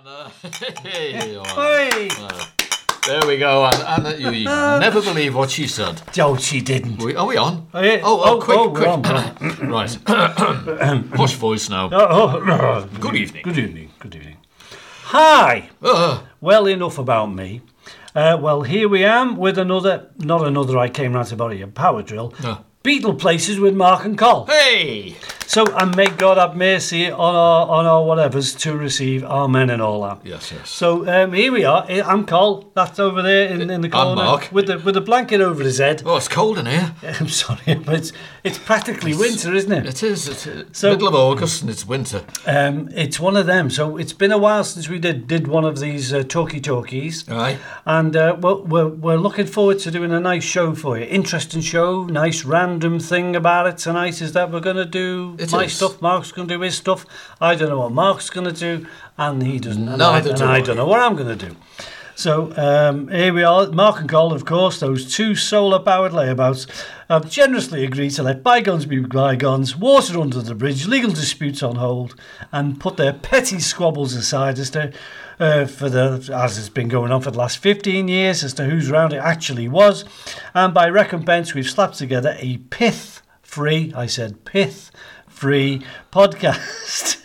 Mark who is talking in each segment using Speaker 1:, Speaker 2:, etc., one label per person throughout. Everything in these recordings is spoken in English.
Speaker 1: Anna. Hey, Anna.
Speaker 2: Hey!
Speaker 1: Uh, There we go, Anna. Anna you, you
Speaker 2: Uh,
Speaker 1: never believe what she said.
Speaker 2: Don't she didn't.
Speaker 1: We, are we on?
Speaker 2: Oh, yeah.
Speaker 1: Oh, oh,
Speaker 2: Oh,
Speaker 1: quick,
Speaker 2: oh, we're
Speaker 1: quick.
Speaker 2: on,
Speaker 1: right. Posh voice now.
Speaker 2: Oh, oh,
Speaker 1: Good evening.
Speaker 2: good evening, good evening. Hi!
Speaker 1: Uh,
Speaker 2: Well, enough about me. Uh, well, here we am with another, not another I came round to borrow your power drill,
Speaker 1: No.
Speaker 2: Beetle Places with Mark and Col.
Speaker 1: hey!
Speaker 2: So, and may God have mercy on our, on our whatevers to receive Amen and all that.
Speaker 1: Yes, yes.
Speaker 2: So um, here we are. I- I'm Col. That's over there in, in the corner
Speaker 1: Mark.
Speaker 2: with the with the blanket over his head.
Speaker 1: Oh, it's cold in here.
Speaker 2: I'm sorry, but it's it's practically winter, isn't it?
Speaker 1: It is. It's uh,
Speaker 2: So-
Speaker 1: middle of August and it's winter.
Speaker 2: Um, it's one of them. So it's been a while since we did did one of these uh, talkie talkies,
Speaker 1: Right?
Speaker 2: and uh, we're, we're we're looking forward to doing a nice show for you. Interesting show, nice random thing about it tonight is that we're going to do
Speaker 1: It
Speaker 2: my
Speaker 1: is.
Speaker 2: stuff. Mark's going to do his stuff. I don't know what Mark's going to do, and he doesn't. And I,
Speaker 1: Neither
Speaker 2: and
Speaker 1: do
Speaker 2: I
Speaker 1: I.
Speaker 2: don't know what I'm going to do. So um, here we are, Mark and Cole, of course, those two solar-powered layabouts have generously agreed to let bygones be bygones, water under the bridge, legal disputes on hold, and put their petty squabbles aside as to uh, for the as it's been going on for the last 15 years as to whose round it actually was, and by recompense we've slapped together a pith-free, I said pith-free podcast.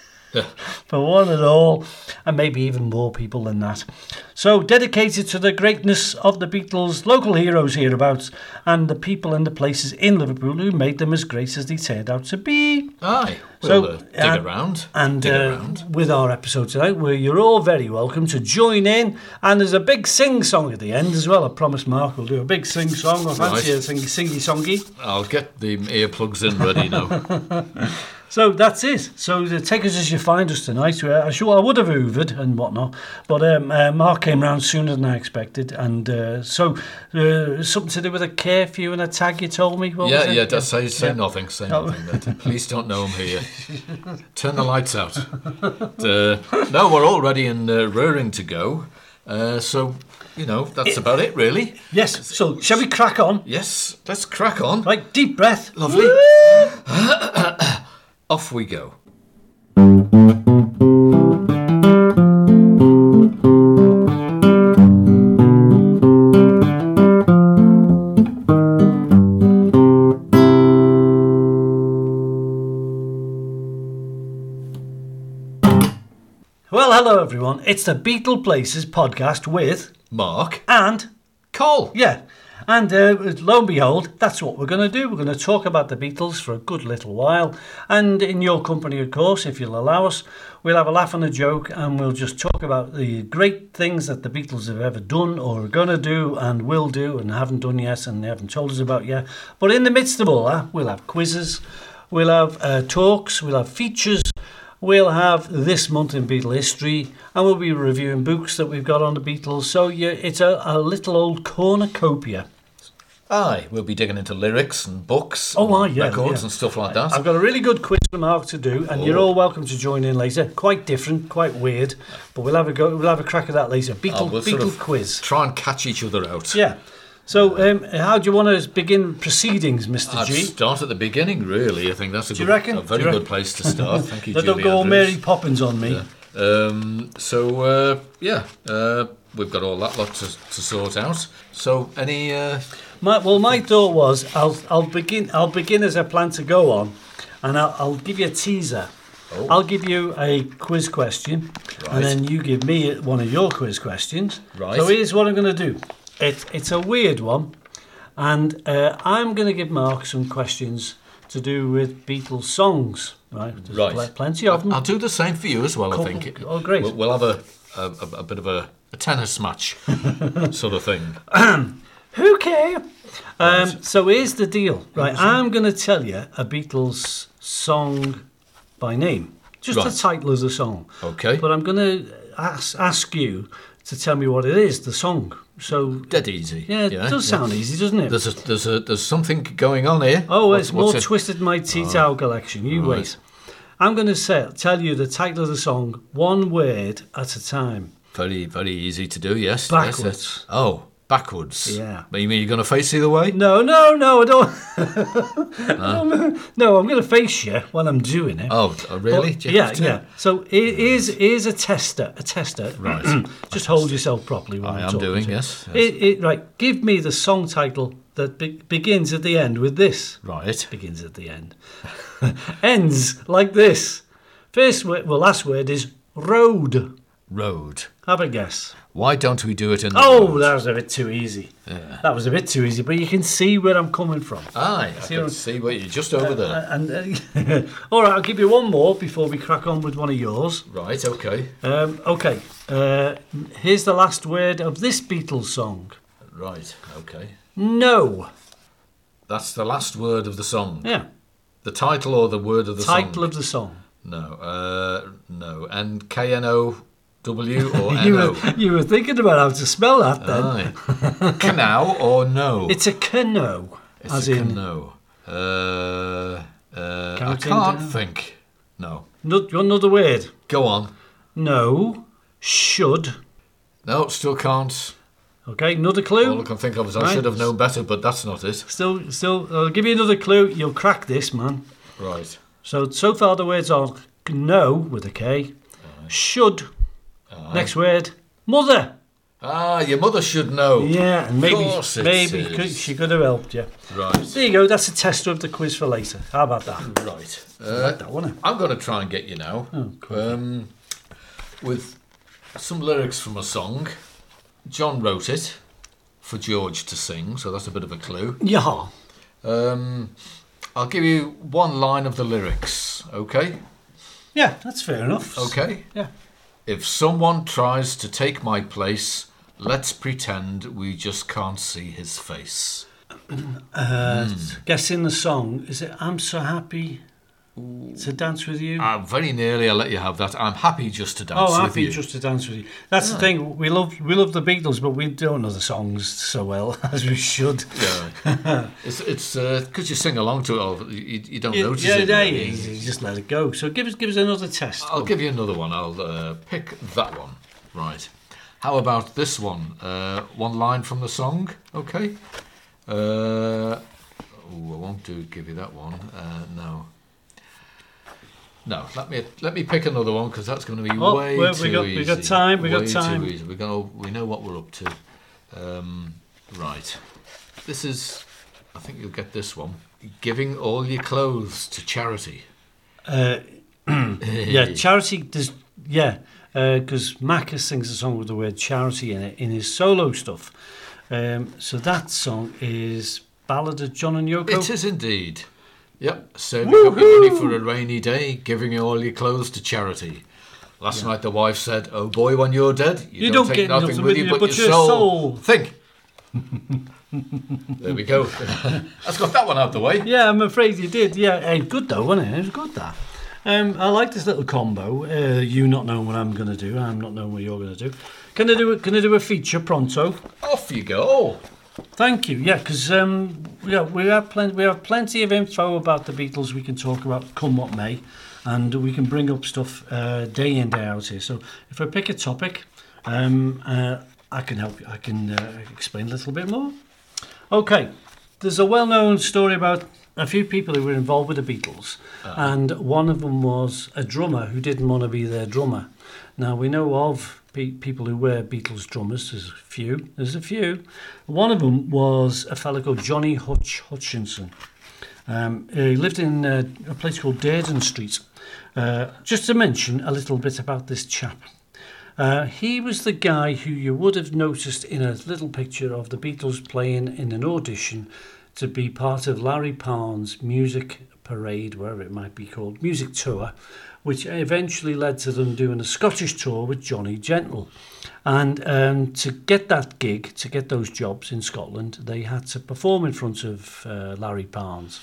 Speaker 2: for one and all, and maybe even more people than that. So, dedicated to the greatness of the Beatles, local heroes hereabouts, and the people and the places in Liverpool who made them as great as they turned out to be.
Speaker 1: Aye.
Speaker 2: So,
Speaker 1: We'll uh, dig
Speaker 2: uh,
Speaker 1: around.
Speaker 2: And
Speaker 1: dig
Speaker 2: uh,
Speaker 1: around.
Speaker 2: with our episode tonight, where you're all very welcome to join in, and there's a big sing song at the end as well. I promise Mark will do a big sing song. I fancy
Speaker 1: Right.
Speaker 2: a sing- singy songy.
Speaker 1: I'll get the earplugs in ready now.
Speaker 2: So that's it. So the take us as you find us tonight. Uh, I sure I would have hoovered and whatnot, but um, uh, Mark came round sooner than I expected, and uh, so uh, something to do with a curfew and a tag. You told me. What
Speaker 1: yeah,
Speaker 2: was it?
Speaker 1: yeah, just say, say nothing. Say
Speaker 2: Oh.
Speaker 1: nothing. Please don't know I'm here. Turn the lights out. Uh, no, we're all ready and uh, roaring to go. Uh, so, you know, that's about it, really.
Speaker 2: Yes. So shall we crack on?
Speaker 1: Yes, let's crack on.
Speaker 2: Right. Deep breath.
Speaker 1: Lovely. Off we go.
Speaker 2: Well, hello everyone. It's the Beetle Places podcast with
Speaker 1: Mark,
Speaker 2: and
Speaker 1: Cole.
Speaker 2: Yeah. And uh, lo and behold, that's what we're going to do. We're going to talk about the Beatles for a good little while. And in your company, of course, if you'll allow us, we'll have a laugh and a joke and we'll just talk about the great things that the Beatles have ever done or are going to do and will do and haven't done yet and they haven't told us about yet. But in the midst of all that, we'll have quizzes, we'll have uh, talks, we'll have features. We'll have this month in Beatle history, and we'll be reviewing books that we've got on the Beatles. So you, it's a, a little old cornucopia.
Speaker 1: Aye, we'll be digging into lyrics and books.
Speaker 2: Oh,
Speaker 1: and
Speaker 2: aye, yeah,
Speaker 1: Records
Speaker 2: yeah.
Speaker 1: and stuff like that.
Speaker 2: I've got a really good quiz for Mark to do, and you're all welcome to join in later. Quite different, quite weird, but we'll have a go. We'll have a crack at that later. Beatle,
Speaker 1: we'll
Speaker 2: Beatle
Speaker 1: sort of
Speaker 2: quiz.
Speaker 1: Try and catch each other out.
Speaker 2: Yeah. So, um, how do you want to begin proceedings, Mister
Speaker 1: I'd
Speaker 2: G?
Speaker 1: start at the beginning, really. I think that's a,
Speaker 2: you
Speaker 1: good-
Speaker 2: reckon?
Speaker 1: a
Speaker 2: Do
Speaker 1: very
Speaker 2: you reckon?
Speaker 1: good place to start. Thank you,
Speaker 2: They don't
Speaker 1: Julie
Speaker 2: go all
Speaker 1: Andrews.
Speaker 2: Mary Poppins on me.
Speaker 1: Um, so uh, yeah, uh, we've got all that lot to, to sort out. So any uh,
Speaker 2: My, well, my thought was I'll I'll begin I'll begin as I plan to go on, and I'll, I'll give you a teaser.
Speaker 1: Oh.
Speaker 2: I'll give you a quiz question,
Speaker 1: Right.
Speaker 2: and then you give me one of your quiz questions.
Speaker 1: Right.
Speaker 2: So here's what I'm going to do. It, it's a weird one, and uh, I'm going to give Mark some questions to do with Beatles songs. Right. There's
Speaker 1: Right.
Speaker 2: pl- plenty of them.
Speaker 1: I'll do the same for you as well. I
Speaker 2: Couple-
Speaker 1: think.
Speaker 2: oh, great.
Speaker 1: We'll, we'll have a, a, a, a bit of a, a tennis match sort of thing.
Speaker 2: Who cares? Um, so here's the deal, right? I'm going to tell you a Beatles song by name, just
Speaker 1: Right.
Speaker 2: the title of the song.
Speaker 1: Okay.
Speaker 2: But uh, I'm going to ask, ask you to tell me what it is, the song. So
Speaker 1: Dead easy.
Speaker 2: yeah, it does sound easy, doesn't it?
Speaker 1: There's a, there's a, there's something going on here.
Speaker 2: oh,
Speaker 1: What's-
Speaker 2: it's
Speaker 1: what's
Speaker 2: more
Speaker 1: it-
Speaker 2: twisted my tea towel collection. You
Speaker 1: Right.
Speaker 2: wait. I'm going to say, tell you the title of the song, one word at a time.
Speaker 1: Very very easy to do. Yes. yes,
Speaker 2: Backwards.
Speaker 1: yes. Oh. backwards.
Speaker 2: Yeah.
Speaker 1: But you mean you're going to face either way?
Speaker 2: No, no, no, I don't. I don't- no, I'm going to face you while I'm doing it.
Speaker 1: Oh, oh, really?
Speaker 2: But-
Speaker 1: Do you
Speaker 2: yeah,
Speaker 1: have to?
Speaker 2: yeah. So i- is is a tester, a tester.
Speaker 1: Right.
Speaker 2: Just hold yourself properly while
Speaker 1: I
Speaker 2: I'm
Speaker 1: am
Speaker 2: talking
Speaker 1: doing,
Speaker 2: to you.
Speaker 1: yes. Uh, yes.
Speaker 2: It, it, right, give me the song title that be- begins at the end with this.
Speaker 1: right.
Speaker 2: Begins at the end. Ends like this. First word, well, last word is road.
Speaker 1: Road.
Speaker 2: Have a guess.
Speaker 1: Why don't we do it in the
Speaker 2: Oh,
Speaker 1: road?
Speaker 2: that was a bit too easy.
Speaker 1: Yeah.
Speaker 2: That was a bit too easy, but you can see where I'm coming from.
Speaker 1: Aye, I
Speaker 2: what
Speaker 1: can
Speaker 2: I'm-
Speaker 1: see where you're just over there.
Speaker 2: Uh, and uh, all right, I'll give you one more before we crack on with one of yours.
Speaker 1: right, okay.
Speaker 2: Um, okay, uh, here's the last word of this Beatles song.
Speaker 1: Right, okay.
Speaker 2: No.
Speaker 1: That's the last word of the song.
Speaker 2: Yeah.
Speaker 1: The title or the word of the
Speaker 2: Title
Speaker 1: song?
Speaker 2: of the song.
Speaker 1: No, uh, no. And K N O W or
Speaker 2: You
Speaker 1: N O? Uh.
Speaker 2: were, you were thinking about how to spell that then.
Speaker 1: Aye. Canal or no?
Speaker 2: It's a cano,
Speaker 1: It's
Speaker 2: as
Speaker 1: a
Speaker 2: in
Speaker 1: canoe. Uh, uh, I
Speaker 2: Counting
Speaker 1: can't
Speaker 2: down.
Speaker 1: think. No.
Speaker 2: no, you want another word.
Speaker 1: Go on.
Speaker 2: No, should.
Speaker 1: No, still can't.
Speaker 2: Okay, another
Speaker 1: All I
Speaker 2: clue.
Speaker 1: can think of is
Speaker 2: Right.
Speaker 1: I should have known better, but that's not it.
Speaker 2: Still, still. I'll give you another clue. You'll crack this, man.
Speaker 1: Right.
Speaker 2: So so far the words are no with a K, should. Next word, mother.
Speaker 1: Ah, your mother should know.
Speaker 2: Yeah, and maybe
Speaker 1: course it
Speaker 2: maybe
Speaker 1: is.
Speaker 2: could- she could have helped you.
Speaker 1: Right.
Speaker 2: There you go. That's a tester of the quiz for later. How about that?
Speaker 1: Right. Uh,
Speaker 2: That one. eh?
Speaker 1: I'm going to try and get you now
Speaker 2: Oh,
Speaker 1: um, with some lyrics from a song. John wrote it for George to sing, so that's a bit of a clue.
Speaker 2: Yeah.
Speaker 1: Um, I'll give you one line of the lyrics, okay?
Speaker 2: Yeah, that's fair enough.
Speaker 1: Okay.
Speaker 2: Yeah.
Speaker 1: If someone tries to take my place, let's pretend we just can't see his face.
Speaker 2: Uh,
Speaker 1: Hmm.
Speaker 2: Guessing the song is it? I'm so happy to dance with you.
Speaker 1: Uh, very nearly, I'll let you have that. I'm happy just to dance
Speaker 2: Oh,
Speaker 1: with
Speaker 2: happy
Speaker 1: you. Ah.
Speaker 2: just to dance with you. That's the thing. We love we love the Beatles, but we don't know the songs so well as we should.
Speaker 1: Yeah. it's it's because you sing along to it, or you, you don't notice
Speaker 2: yeah,
Speaker 1: it.
Speaker 2: yeah,
Speaker 1: really.
Speaker 2: you- you just let it go. So give us give us another test.
Speaker 1: I'll give you another one. I'll uh, pick that one. Right. How about this one? Uh, one line from the song. Okay. Uh, oh, I won't do give you that one. Uh, no. No. Let me let me pick another one because that's going to be
Speaker 2: Oh,
Speaker 1: way
Speaker 2: well, we
Speaker 1: too
Speaker 2: got-
Speaker 1: easy.
Speaker 2: we got time, we got
Speaker 1: Way too
Speaker 2: time.
Speaker 1: easy. We're gonna we know what we're up to. Um, right. This is. I think you'll get this one. Giving all your clothes to charity.
Speaker 2: Uh, yeah, charity. Does, yeah, because Macca sings a song with the word charity in it in his solo stuff. Um, so that song is Ballad of John and Yoko.
Speaker 1: It is indeed. Yep, saving up your money for a rainy day, giving you all your clothes to charity. Last night the wife said, "Oh boy, when you're dead, you,
Speaker 2: You
Speaker 1: don't,
Speaker 2: don't
Speaker 1: take
Speaker 2: get
Speaker 1: nothing, with you but, your soul. Think." there we go. That's got that one out the way.
Speaker 2: Yeah, I'm afraid you did. Yeah, eh, good though, wasn't it? It was good that. Um, I like this little combo. Uh, you not knowing what I'm going to do, I'm not knowing what you're going to do. Can I do? A, can I do a feature pronto?
Speaker 1: Off you go. Oh,
Speaker 2: Thank you. Yeah, because um, yeah, we have plenty. We have plenty of info about the Beatles. We can talk about come what may, and we can bring up stuff uh, day in day out here. So if I pick a topic, um, uh, I can help. you. I can uh, explain a little bit more. Okay, there's a well-known story about a few people who were involved with the Beatles, and one of them was a drummer who didn't want to be their drummer. Now we know of pe- people who were Beatles drummers. There's a few. There's a few. One of them was a fellow called Johnny Hutch Hutchinson. Um, he lived in uh, a place called Durden Street. Uh, just to mention a little bit about this chap. Uh, he was the guy who you would have noticed in a little picture of the Beatles playing in an audition to be part of Larry Parn's music parade, wherever it might be called, music tour, which eventually led to them doing a Scottish tour with Johnny Gentle. And um, to get that gig, to get those jobs in Scotland, they had to perform in front of uh, Larry Parnes.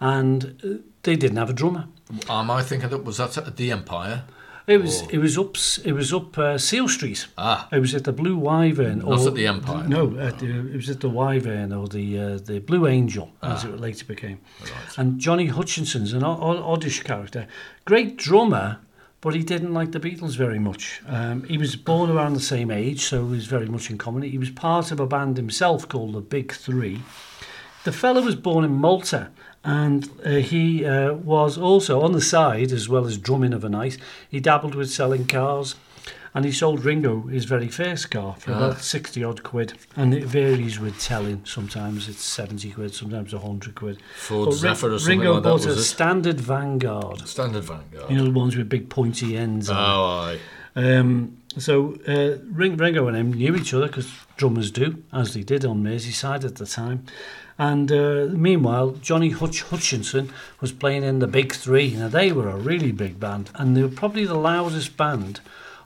Speaker 2: And uh, they didn't have a drummer.
Speaker 1: Am I thinking that was that at the Empire?
Speaker 2: It was
Speaker 1: Oh.
Speaker 2: it was up it was up uh, Seal Street.
Speaker 1: Ah,
Speaker 2: It was at the Blue Wyvern.
Speaker 1: Not at the Empire.
Speaker 2: No, at the, it was at the Wyvern or the uh, the Blue Angel, as it later became.
Speaker 1: Ah. right.
Speaker 2: And Johnny Hutchinson's an o- o- oddish character, great drummer, but he didn't like the Beatles very much. Um, he was born around the same age, so it was very much in common. He was part of a band himself called the Big Three. The fellow was born in Malta, and uh, he uh, was also on the side, as well as drumming of a night, he dabbled with selling cars. And he sold Ringo his very first car for
Speaker 1: Ah.
Speaker 2: about 60 odd quid. And it varies with telling. Sometimes it's 70 quid, sometimes 100 quid.
Speaker 1: Ford
Speaker 2: But Ri-
Speaker 1: Zephyr or something
Speaker 2: Ringo
Speaker 1: like that,
Speaker 2: bought
Speaker 1: was
Speaker 2: a
Speaker 1: it?
Speaker 2: standard Vanguard.
Speaker 1: Standard Vanguard.
Speaker 2: You know, the ones with big pointy ends.
Speaker 1: Oh,
Speaker 2: on
Speaker 1: aye.
Speaker 2: um, so uh, Ring, Ringo and him knew each other because drummers do, as they did on Merseyside at the time. And uh, meanwhile, Johnny Hutch Hutchinson was playing in the Big Three. Now they were a really big band, and they were probably the loudest band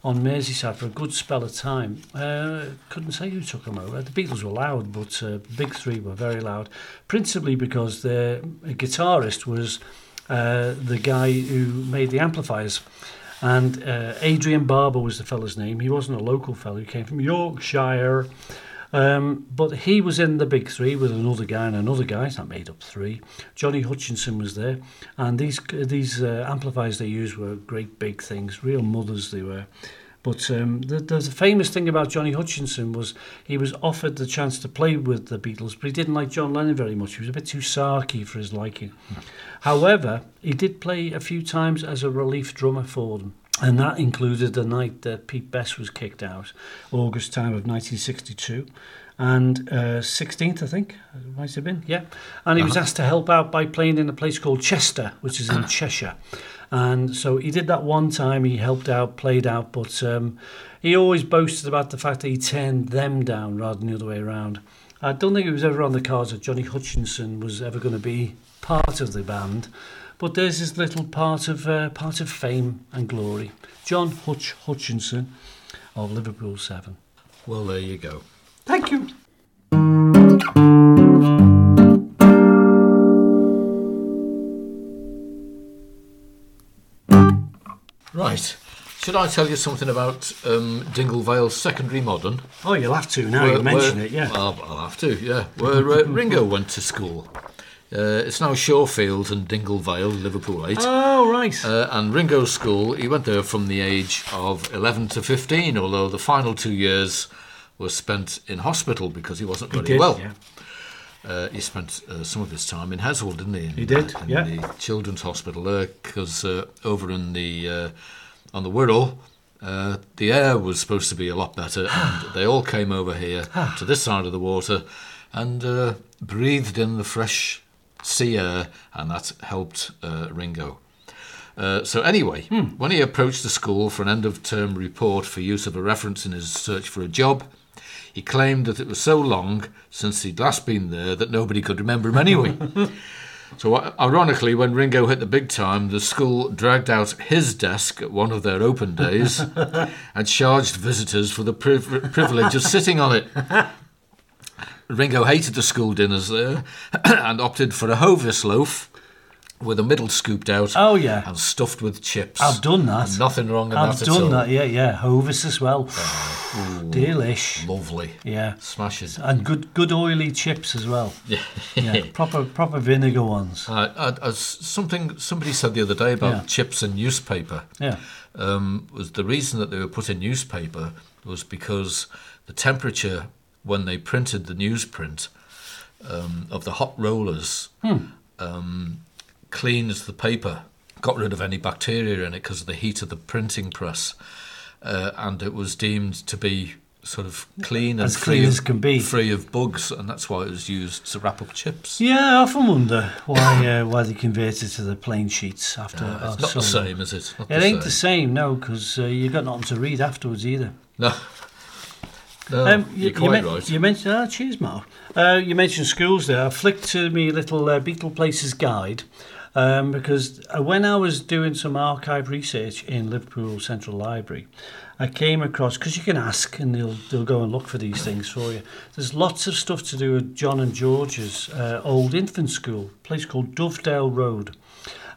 Speaker 2: on Merseyside for a good spell of time. Uh, couldn't say who took them over. The Beatles were loud, but uh, Big Three were very loud, principally because their guitarist was uh, the guy who made the amplifiers. And uh, Adrian Barber was the fella's name. He wasn't a local fellow, he came from Yorkshire. Um, but he was in the big three with another guy and another guy, so that made up three. Johnny Hutchinson was there, and these these uh, amplifiers they used were great big things, real mothers they were. But um, the, the famous thing about Johnny Hutchinson was he was offered the chance to play with the Beatles, but he didn't like John Lennon very much. He was a bit too sarky for his liking. However, he did play a few times as a relief drummer for them. And that included the night that Pete Best was kicked out, August time of 1962, and uh, 16th, I think, it might have been, yeah. And he was asked to help out by playing in a place called Chester, which is in Cheshire. And so he did that one time, he helped out, played out, but um, he always boasted about the fact that he turned them down rather than the other way around. I don't think it was ever on the cards that Johnny Hutchinson was ever going to be part of the band, but there's his little part of uh, part of fame and glory. John Hutch Hutchinson of Liverpool Seven.
Speaker 1: Well, there you go.
Speaker 2: Thank you.
Speaker 1: Right. Should I tell you something about um, Dingle Vale Secondary Modern?
Speaker 2: Oh, you'll have to now you
Speaker 1: Where-
Speaker 2: mention
Speaker 1: where-
Speaker 2: it. Yeah.
Speaker 1: I'll, I'll have to, yeah. Where uh, Ringo went to school. Uh, it's now Shorefields and Dingle Vale, Liverpool 8.
Speaker 2: oh right.
Speaker 1: Uh, and Ringo's school, he went there from the age of 11 to 15, although the final two years were spent in hospital because he wasn't very
Speaker 2: Did,
Speaker 1: well.
Speaker 2: yeah.
Speaker 1: Uh, he spent uh, some of his time in Heswell, didn't he? In,
Speaker 2: He did,
Speaker 1: in
Speaker 2: yeah.
Speaker 1: the Children's Hospital there, because uh, over in the uh, on the Wirral, uh, the air was supposed to be a lot better, and they all came over here
Speaker 2: Ah.
Speaker 1: to this side of the water, and uh, breathed in the fresh sea air, and that helped uh, Ringo. Uh, so anyway, when he approached the school for an end of term report for use of a reference in his search for a job, he claimed that it was so long since he'd last been there that nobody could remember him anyway. so i- ironically, when Ringo hit the big time, the school dragged out his desk at one of their open days and charged visitors for the priv- privilege of sitting on it. Ringo hated the school dinners there and opted for a Hovis loaf with a middle scooped out
Speaker 2: Oh yeah.
Speaker 1: and stuffed with chips.
Speaker 2: I've done that.
Speaker 1: And nothing wrong with
Speaker 2: I've
Speaker 1: that at
Speaker 2: done
Speaker 1: all. Uh,
Speaker 2: that. Yeah, yeah. Hovis as well. Delish.
Speaker 1: Lovely.
Speaker 2: Yeah.
Speaker 1: Smashes. Uh,
Speaker 2: And good, good oily chips as well. Yeah. Proper, proper vinegar ones.
Speaker 1: Uh, uh, uh, s- something somebody said the other day about
Speaker 2: Yeah.
Speaker 1: chips and newspaper
Speaker 2: Yeah.
Speaker 1: um, was the reason that they were put in newspaper was because the temperature when they printed the newsprint um, of the hot rollers
Speaker 2: Hmm.
Speaker 1: um, cleans the paper, got rid of any bacteria in it because of the heat of the printing press, uh, and it was deemed to be sort of clean and
Speaker 2: As
Speaker 1: free
Speaker 2: clean
Speaker 1: of,
Speaker 2: as can be.
Speaker 1: free of bugs, and that's why it was used to wrap up chips.
Speaker 2: Yeah, I often wonder why uh, why they converted to the plain sheets after.
Speaker 1: Uh,
Speaker 2: oh,
Speaker 1: it's not the
Speaker 2: sorry.
Speaker 1: same, is it? Not
Speaker 2: It ain't the same, no, because uh, you got nothing to read afterwards either.
Speaker 1: No. No, Um, you're
Speaker 2: Um, you,
Speaker 1: quite
Speaker 2: men-
Speaker 1: right.
Speaker 2: you mentioned, ah, cheers, Mark. Uh, you mentioned schools there. I flicked to me little uh, Beetle Places guide um, because uh, when I was doing some archive research in Liverpool Central Library, I came across because you can ask and they'll they'll go and look for these things for you. There's lots of stuff to do with John and George's uh, old infant school, a place called Dovedale Road.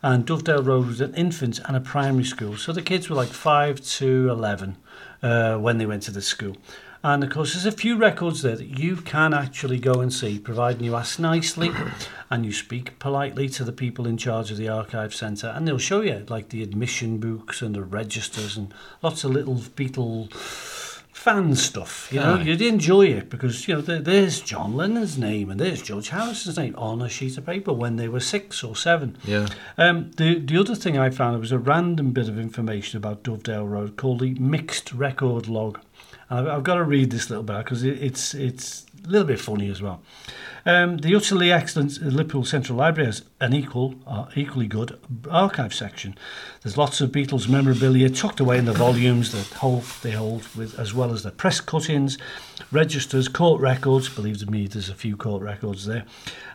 Speaker 2: And Dovedale Road was an infant and a primary school. So the kids were like 5 to 11. uh, when they went to the school. And of course, there's a few records there that you can actually go and see, providing you ask nicely and you speak politely to the people in charge of the archive centre, and they'll show you like the admission books and the registers and lots of little Beatle fan stuff. You know,
Speaker 1: Aye.
Speaker 2: you'd enjoy it because you know there, there's John Lennon's name and there's George Harrison's name on a sheet of paper when they were six or seven.
Speaker 1: Yeah.
Speaker 2: Um, the the other thing I found was a random bit of information about Dovedale Road called the mixed record log. And I've, I've got to read this little bit because it, it's it's a little bit funny as well. Um, the utterly excellent Liverpool Central Library has an equal, uh, equally good archive section. There's lots of Beatles memorabilia tucked away in the volumes that hold they hold with, as well as the press cuttings, registers, court records. Believe me, there's a few court records there,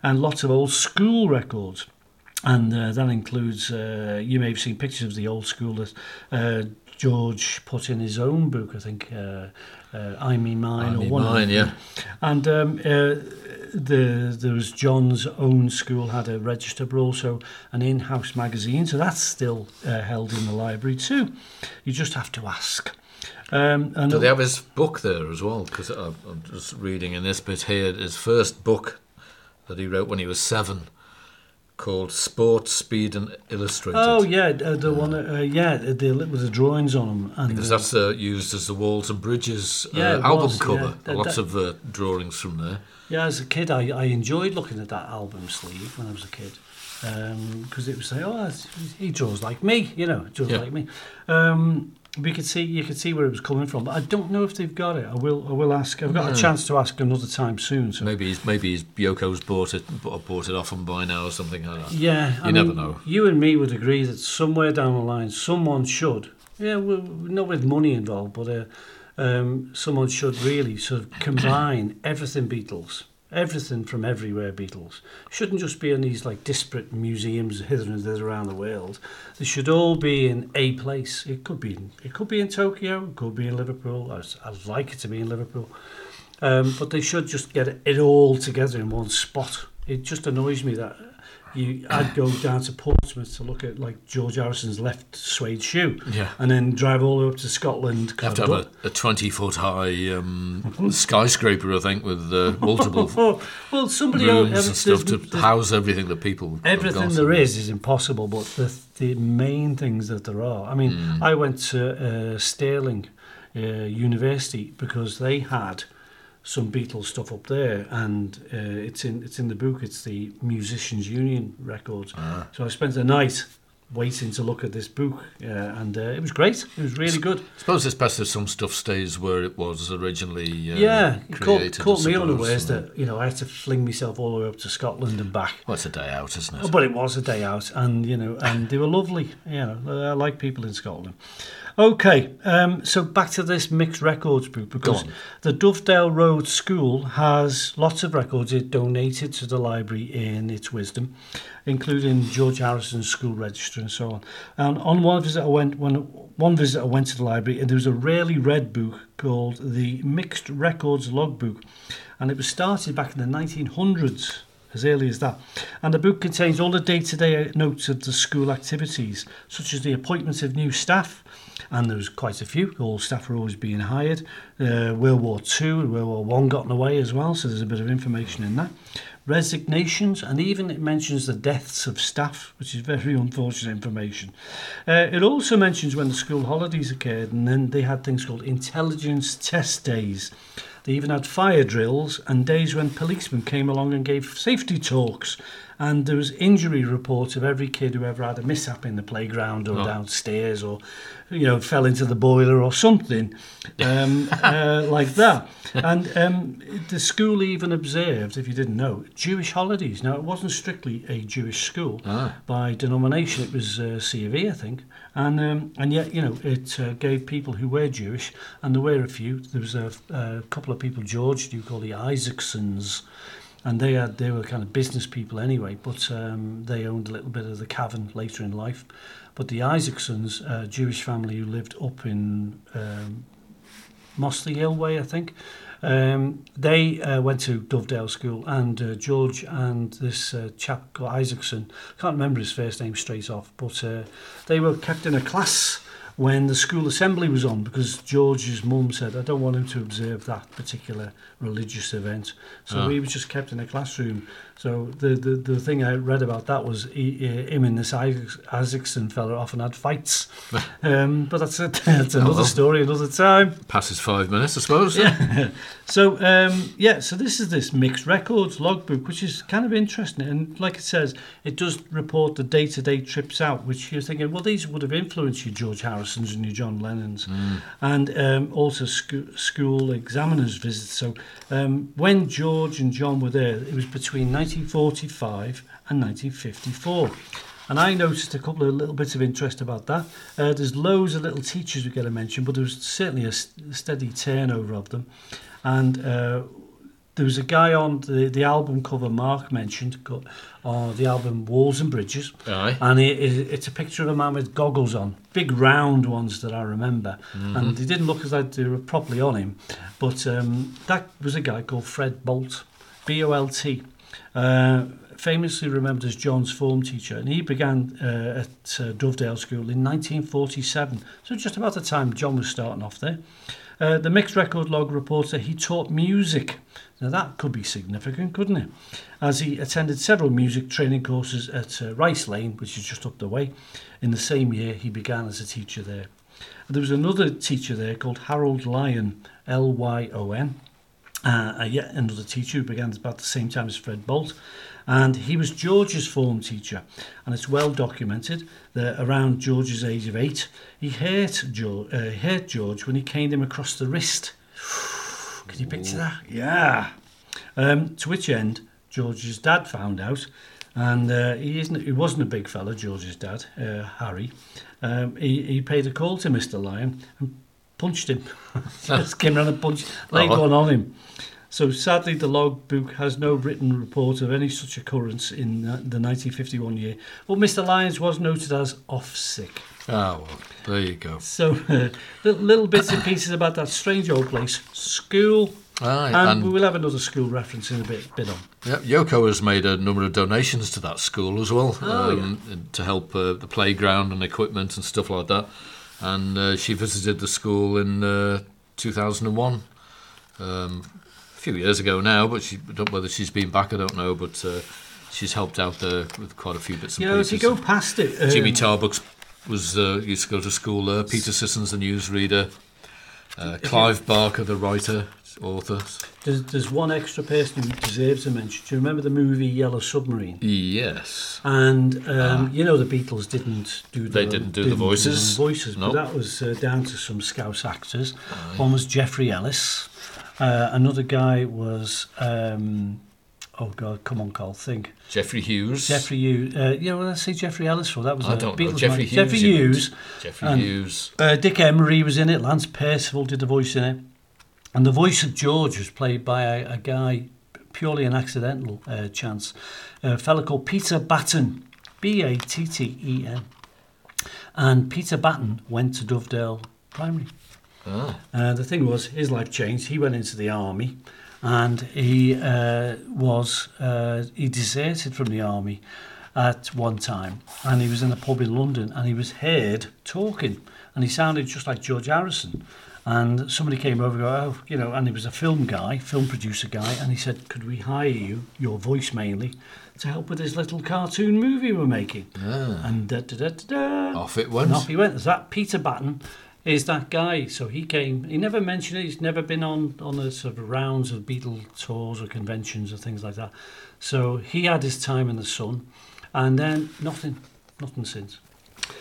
Speaker 2: and lots of old school records. And uh, that includes, uh, you may have seen pictures of the old school that uh, George put in his own book, I think, uh, uh, I Me Mine
Speaker 1: I
Speaker 2: or
Speaker 1: mean,
Speaker 2: one of
Speaker 1: mine, yeah.
Speaker 2: and um, uh, the, there was John's own school had a register, but also an in-house magazine. So that's still uh, held in the library too. You just have to ask. Um, and
Speaker 1: Do they have his book there as well? Because I'm I'm just reading in this bit here his first book that he wrote when he was seven, called Sport, Speed, and Illustrated.
Speaker 2: oh yeah, uh, the one uh, yeah, the, with the drawings on them. And
Speaker 1: Because
Speaker 2: uh,
Speaker 1: that's uh, used as the Walls and Bridges uh,
Speaker 2: Yeah, it
Speaker 1: album
Speaker 2: was,
Speaker 1: cover.
Speaker 2: yeah. That-
Speaker 1: Lots
Speaker 2: that-
Speaker 1: of uh, drawings from there.
Speaker 2: Yeah, as a kid, I, I enjoyed looking at that album sleeve when I was a kid because it was like, oh, that's, he draws like me, you know, draws
Speaker 1: Yeah.
Speaker 2: like me. Um, we could see, you could see where it was coming from. But I don't know if they've got it. I will, I will ask. I've got a
Speaker 1: No.
Speaker 2: chance to ask another time soon. So
Speaker 1: Maybe he's, maybe he's, Yoko's bought it bought bought it off him by now or something. I don't know.
Speaker 2: yeah, I
Speaker 1: You never
Speaker 2: mean,
Speaker 1: know.
Speaker 2: You and me would agree that somewhere down the line, someone should. Yeah, we not with money involved, but uh, um, someone should really sort of combine everything Beatles, everything from everywhere Beatles. Shouldn't just be in these like disparate museums hither and thither around the world. They should all be in a place. It could be, in, it could be in Tokyo, it could be in Liverpool. I'd, I'd like it to be in Liverpool. Um, but they should just get it all together in one spot. It just annoys me that you I'd go down to Portsmouth to look at like George Harrison's left suede shoe,
Speaker 1: Yeah.
Speaker 2: and then drive all the way up to Scotland.
Speaker 1: You have to have a, a 20 foot high um, skyscraper, I think, with uh, multiple
Speaker 2: Oh, well, somebody else.
Speaker 1: rooms and
Speaker 2: there's-
Speaker 1: stuff to
Speaker 2: there's-
Speaker 1: house everything that people. have
Speaker 2: Everything
Speaker 1: got.
Speaker 2: there is is impossible, but the the main things that there are. I mean, I went to uh, Stirling uh, University because they had some Beatles stuff up there, and uh, it's in it's in the book. It's the Musicians Union records. So I spent a night waiting to look at this book, uh, and uh, it was great. It was really good.
Speaker 1: suppose it's best if some stuff stays where it was originally uh,
Speaker 2: yeah, it caught,
Speaker 1: created. I
Speaker 2: caught me
Speaker 1: suppose,
Speaker 2: unawares
Speaker 1: and-
Speaker 2: that you know I had to fling myself all the way up to Scotland and back.
Speaker 1: Well, it's a day out, isn't it?
Speaker 2: But it was a day out, and you know, and they were lovely. You know, I like people in Scotland. Okay, um, so back to this mixed records book because
Speaker 1: Go on.
Speaker 2: the Dovedale Road School has lots of records it donated to the library in its wisdom, including George Harrison's school register and so on. And on one visit, I went when one visit I went to the library, and there was a rarely read book called the Mixed Records Logbook, and it was started back in the 1900s. As early as that. And the book contains all the day to day notes of the school activities, such as the appointment of new staff, and there was quite a few. All staff were always being hired. Uh, World War Two and World War One got in the way as well, so there's a bit of information in that. Resignations, and even it mentions the deaths of staff, which is very unfortunate information. Uh, it also mentions when the school holidays occurred, and then they had things called intelligence test days. They even had fire drills and days when policemen came along and gave safety talks. And there was injury reports of every kid who ever had a mishap in the playground or
Speaker 1: Oh.
Speaker 2: downstairs or, you know, fell into the boiler or something um, uh, like that. And um, the school even observed, if you didn't know, Jewish holidays. Now, it wasn't strictly a Jewish school.
Speaker 1: Ah.
Speaker 2: By denomination, it was uh, C of E, I think. And, um, and yet, you know, it uh, gave people who were Jewish, and there were a few, there was a, a couple of people, George, do you call the Isaacsons, and they had they were kind of business people anyway, but um, they owned a little bit of the cavern later in life. But the Isaacsons, a Jewish family who lived up in um, Mossley Hill way, I think, um, they uh, went to Dovedale School, and uh, George and this uh, chap called Isaacson, can't remember his first name straight off, but uh, they were kept in a class when the school assembly was on because George's mum said, I don't want him to observe that particular religious event. So
Speaker 1: Ah.
Speaker 2: he was just kept in a classroom. So the, the, the thing I read about that was he, uh, him and this Isaacs- Isaacson fella often had fights. um, but that's, a, that's another
Speaker 1: well.
Speaker 2: story, another time.
Speaker 1: Passes five minutes, I suppose.
Speaker 2: Yeah. so um, yeah, so this is this mixed records logbook, which is kind of interesting, and like it says, it does report the day-to-day trips out, which you're thinking, well, these would have influenced your George Harrison's and your John Lennon's, and um, also sco- school examiners' visits. So um, when George and John were there, it was between 1945 and 1954. And I noticed a couple of little bits of interest about that. Uh, there's loads of little teachers we get to mention, but there was certainly a s- steady turnover of them. And uh, there was a guy on the, the album cover Mark mentioned, got, uh, the album Walls and Bridges.
Speaker 1: Aye.
Speaker 2: And it, it, it's a picture of a man with goggles on, big round ones that I remember. And they didn't look as though they were properly on him. But um, that was a guy called Fred Bolt, B O L T. Uh, famously remembered as John's form teacher, and he began uh, at uh, Dovedale School in 1947, so just about the time John was starting off there. Uh, the mixed record log reports that he taught music. Now that could be significant, couldn't it? As he attended several music training courses at uh, Rice Lane, which is just up the way. In the same year, he began as a teacher there. There was another teacher there called Harold Lyon, L Y O N. Uh, uh, yet another teacher who began about the same time as Fred Bolt. And he was George's form teacher. And it's well documented that around George's age of eight, he hurt George, uh, hurt George when he caned him across the wrist. Can you picture that? Yeah. Um, to which end, George's dad found out, and uh, he isn't. He wasn't a big fella, George's dad, uh, Harry. Um, he, he paid a call to Mr. Lyon and punched him. Just came round and punched, laid
Speaker 1: Oh.
Speaker 2: one on him. So sadly, the logbook has no written report of any such occurrence in uh, the 1951 year. But Mr. Lyons was noted as off sick.
Speaker 1: Ah, well, there you go.
Speaker 2: So uh, little, little bits and pieces about that strange old place, school,
Speaker 1: Aye,
Speaker 2: and we
Speaker 1: and
Speaker 2: will have another school reference in a bit, bit on.
Speaker 1: yeah, Yoko has made a number of donations to that school as well
Speaker 2: Oh,
Speaker 1: to help uh, the playground and equipment and stuff like that. And uh, she visited the school in uh, 2001, um, a few years ago now, but she, I don't whether she's been back, I don't know, but uh, she's helped out there with quite a few bits and
Speaker 2: You know, if
Speaker 1: pieces.
Speaker 2: you go past it, um,
Speaker 1: Jimmy Tarbucks was uh, used to go to school there. Peter Sisson's the newsreader. Uh, Clive Barker, the writer, author.
Speaker 2: there's, there's one extra person who deserves a mention. Do you remember the movie Yellow Submarine?
Speaker 1: Yes.
Speaker 2: And um, you know the Beatles didn't do the,
Speaker 1: Ah. They didn't do the
Speaker 2: their own
Speaker 1: voices.
Speaker 2: voices,
Speaker 1: No.
Speaker 2: but that was uh, down to some Scouse actors. One was Jeffrey Ellis. Uh, another guy was um, oh god, come on, Carl, think.
Speaker 1: Jeffrey Hughes.
Speaker 2: Jeffrey Hughes. Uh, yeah, well, I say Jeffrey Ellis for that was
Speaker 1: I
Speaker 2: a
Speaker 1: don't know.
Speaker 2: uh, Beatles
Speaker 1: Jeffrey Hughes.
Speaker 2: man. Jeffrey
Speaker 1: you meant.
Speaker 2: Hughes.
Speaker 1: Jeffrey
Speaker 2: and-
Speaker 1: Hughes.
Speaker 2: Uh, Dick Emery was in it. Lance Percival did the voice in it, and the voice of George was played by a, a guy purely an accidental uh, chance, a fella called Peter Batten, B A T T E N, and Peter Batten went to Dovedale Primary.
Speaker 1: Ah,
Speaker 2: Uh, the thing was, his life changed. He went into the army, and he uh, was uh, he deserted from the army at one time, and he was in a pub in London, and he was heard talking, and he sounded just like George Harrison. And somebody came over, and go, oh, you know, and he was a film guy, film producer guy, and he said, "Could we hire you, your voice mainly, to help with this little cartoon movie we're making?"
Speaker 1: ah.
Speaker 2: And da da da da. da.
Speaker 1: Off it went.
Speaker 2: And off he went. Is that Peter Batten? Is that guy? So he came. He never mentioned it. He's never been on on the sort of rounds of Beatle tours or conventions or things like that. So he had his time in the sun, and then nothing, nothing since.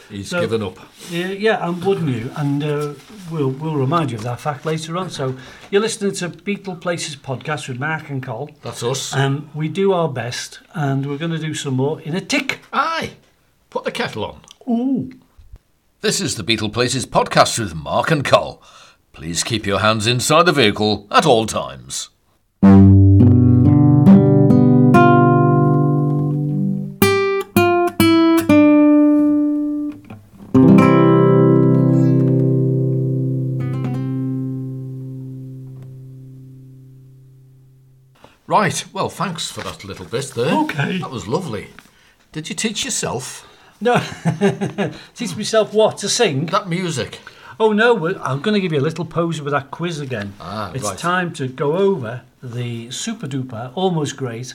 Speaker 1: He's
Speaker 2: So-
Speaker 1: given up.
Speaker 2: Yeah, yeah, and wouldn't you? And uh, we'll we'll remind you of that fact later on. So you're listening to Beatle Places podcast with Mark and Col.
Speaker 1: That's us.
Speaker 2: Um, we do our best, and we're going to do some more in a tick.
Speaker 1: Aye. Put the kettle on.
Speaker 2: Ooh.
Speaker 1: This is the Beetle Places podcast with Mark and Cole. Please keep your hands inside the vehicle at all times. Right, well, thanks for that little bit there.
Speaker 2: Okay.
Speaker 1: That was lovely. Did you teach yourself?
Speaker 2: No. Teach myself what? To sing?
Speaker 1: That music.
Speaker 2: Oh no, well, I'm going to give you a little pose with that quiz again.
Speaker 1: Ah,
Speaker 2: it's
Speaker 1: right.
Speaker 2: time to go over the super duper, almost great,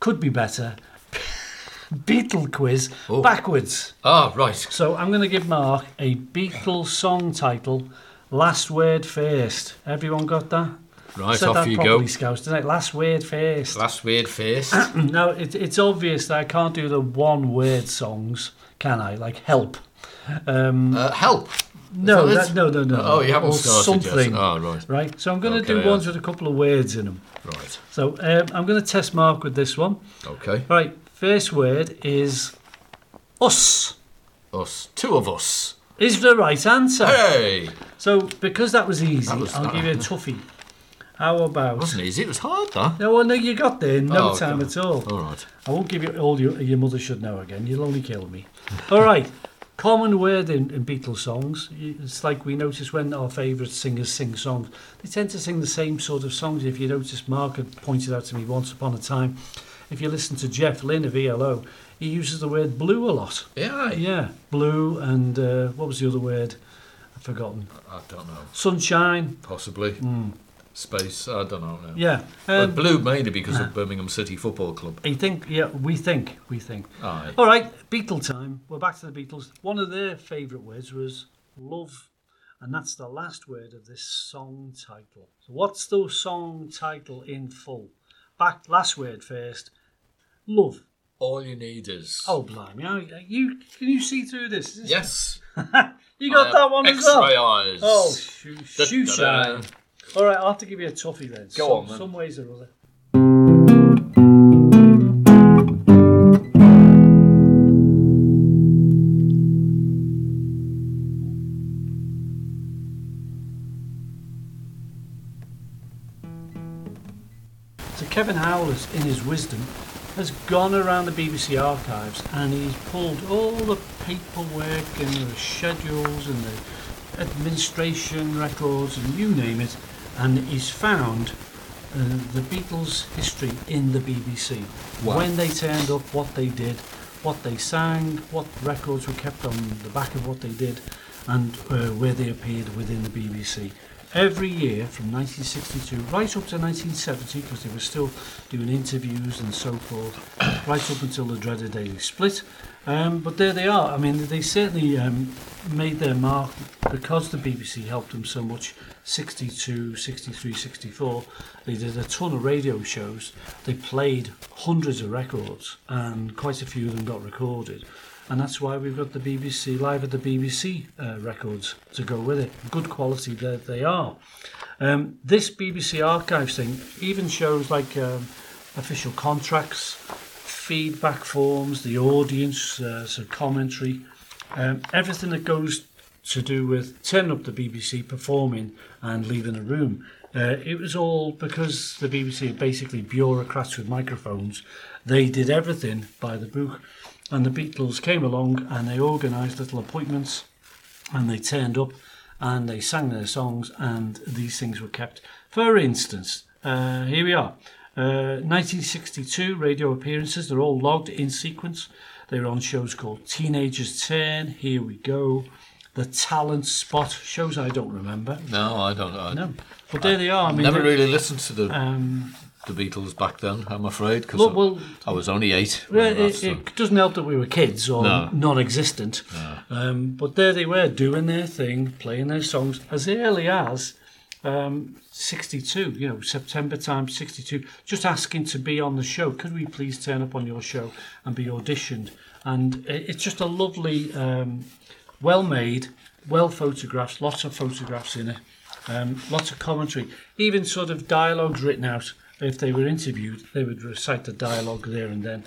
Speaker 2: could be better, Beatle quiz
Speaker 1: Oh.
Speaker 2: backwards.
Speaker 1: Ah, right.
Speaker 2: So I'm going to give Mark a Beatle song title, last word first. Everyone got that?
Speaker 1: Right,
Speaker 2: Said
Speaker 1: off
Speaker 2: that
Speaker 1: you
Speaker 2: properly,
Speaker 1: go.
Speaker 2: Scouse, didn't I? Last word first.
Speaker 1: Last weird face.
Speaker 2: Now, it, it's obvious that I can't do the one word songs, can I? Like help. Um,
Speaker 1: Uh, help.
Speaker 2: no,
Speaker 1: that it?
Speaker 2: that, no, no, no.
Speaker 1: Oh, you haven't
Speaker 2: Or
Speaker 1: started
Speaker 2: something.
Speaker 1: yet. Oh, right,
Speaker 2: Right, so I'm going to
Speaker 1: Okay,
Speaker 2: do ones with a couple of words in them.
Speaker 1: right.
Speaker 2: So um, I'm going to test Mark with this one.
Speaker 1: Okay.
Speaker 2: All right, first word is us
Speaker 1: Us. Two of us.
Speaker 2: is the right answer.
Speaker 1: Hey!
Speaker 2: So because that was easy,
Speaker 1: That was-
Speaker 2: I'll give you a toughie. How
Speaker 1: It
Speaker 2: about?
Speaker 1: wasn't easy. It was hard, that.
Speaker 2: No, well, no, you got there in no
Speaker 1: Oh,
Speaker 2: time
Speaker 1: God.
Speaker 2: at all.
Speaker 1: All right.
Speaker 2: I won't give you all your, your mother should know again. You'll only kill me. All right. Common word in, in Beatles songs. It's like we notice when our favourite singers sing songs. They tend to sing the same sort of songs. If you notice, Mark had pointed out to me once upon a time. If you listen to Jeff Lynne of ELO, he uses the word blue a lot.
Speaker 1: Yeah. yeah.
Speaker 2: Yeah, blue and uh, what was the other word? I've forgotten.
Speaker 1: I don't know.
Speaker 2: Sunshine.
Speaker 1: Possibly. Space. I don't know. now.
Speaker 2: Hmm. Yeah.
Speaker 1: But
Speaker 2: Um,
Speaker 1: blue mainly because of Birmingham City Football Club.
Speaker 2: I think. Yeah, we think. We think.
Speaker 1: Aye.
Speaker 2: All right, Beatle time. We're back to the Beatles. One of their favourite words was love, and that's the last word of this song title. So, what's the song title in full? Back last word first. Love.
Speaker 1: All you need is.
Speaker 2: Oh blimey! I- You can you see through this? This-
Speaker 1: Yes.
Speaker 2: you got that one as well.
Speaker 1: X-ray eyes.
Speaker 2: Oh shoot!
Speaker 1: Da-
Speaker 2: shoot
Speaker 1: da- da.
Speaker 2: shy. All right, I'll have to give you a toughie then.
Speaker 1: Go
Speaker 2: some,
Speaker 1: on, then.
Speaker 2: Some ways or other. So Kevin Howlers, in his wisdom, has gone around the BBC archives and he's pulled all the paperwork and the schedules and the administration records and you name it, and he's found uh, the Beatles' history in the BBC.
Speaker 1: Wow.
Speaker 2: When they turned up, what they did, what they sang, what records were kept on the back of what they did, and uh, where they appeared within the BBC. Every year from 1962 right up to 1970, because they were still doing interviews and so forth, right up until the dreaded daily split. Um, but there they are. I mean, they certainly um, made their mark because the BBC helped them so much. 62, 63, 64, they did a ton of radio shows. They played hundreds of records, and quite a few of them got recorded. And that's why we've got the BBC Live at the BBC uh, records to go with it. Good quality that they are. Um, this BBC archives thing even shows like um, official contracts, feedback forms, the audience, uh, some commentary, um, everything that goes to do with turning up the BBC, performing, and leaving a room. Uh, it was all because the BBC are basically bureaucrats with microphones. They did everything by the book, and the Beatles came along and they organised little appointments and they turned up and they sang their songs and these things were kept. For instance, uh, here we are. Uh, 1962 radio appearances, they're all logged in sequence. They were on shows called Teenagers Turn, Here We Go, The Talent Spot, shows I don't remember.
Speaker 1: No, I don't know.
Speaker 2: No. But there they are. I mean,
Speaker 1: Never
Speaker 2: they-
Speaker 1: really listened to the,
Speaker 2: um,
Speaker 1: the Beatles back then, I'm afraid, because
Speaker 2: Look, well-
Speaker 1: I, was only eight.
Speaker 2: Well,
Speaker 1: when that's
Speaker 2: it,
Speaker 1: done.
Speaker 2: it doesn't help that we were kids or
Speaker 1: No.
Speaker 2: non-existent. Um, but there they were doing their thing, playing their songs as early as um, 62, you know, September time 62, just asking to be on the show. Could we please turn up on your show and be auditioned? And it, it's just a lovely, um, well-made, well-photographed, lots of photographs in it, um, lots of commentary, even sort of dialogues written out. If they were interviewed, they would recite the dialogue there and then.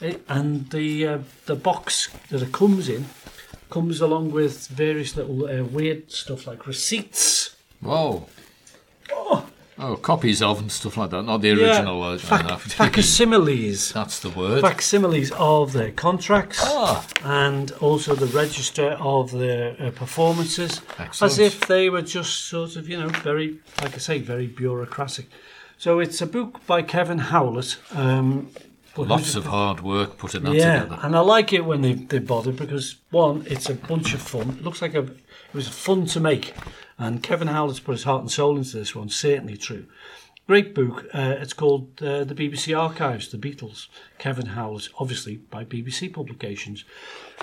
Speaker 2: It, and the uh, the box that it comes in comes along with various little uh, weird stuff like receipts.
Speaker 1: Whoa. Oh, copies of and stuff like that. Not the
Speaker 2: Yeah,
Speaker 1: original. uh,
Speaker 2: fac-
Speaker 1: uh,
Speaker 2: facsimiles.
Speaker 1: that's the word.
Speaker 2: Facsimiles of their contracts
Speaker 1: Ah.
Speaker 2: and also the register of their uh, performances, as
Speaker 1: Excellent.
Speaker 2: if they were just sort of, you know, very, like I say, very bureaucratic. So it's a book by Kevin Howlett um, But
Speaker 1: Lots
Speaker 2: who's-
Speaker 1: of hard work putting that
Speaker 2: yeah,
Speaker 1: together.
Speaker 2: and I like it when they they bother because one, it's a bunch of fun. It looks like a it was fun to make, and Kevin Howlett's put his heart and soul into this one. Certainly true. Great book. Uh, it's called uh, The BBC Archives, The Beatles. Kevin Howlett, obviously by BBC Publications.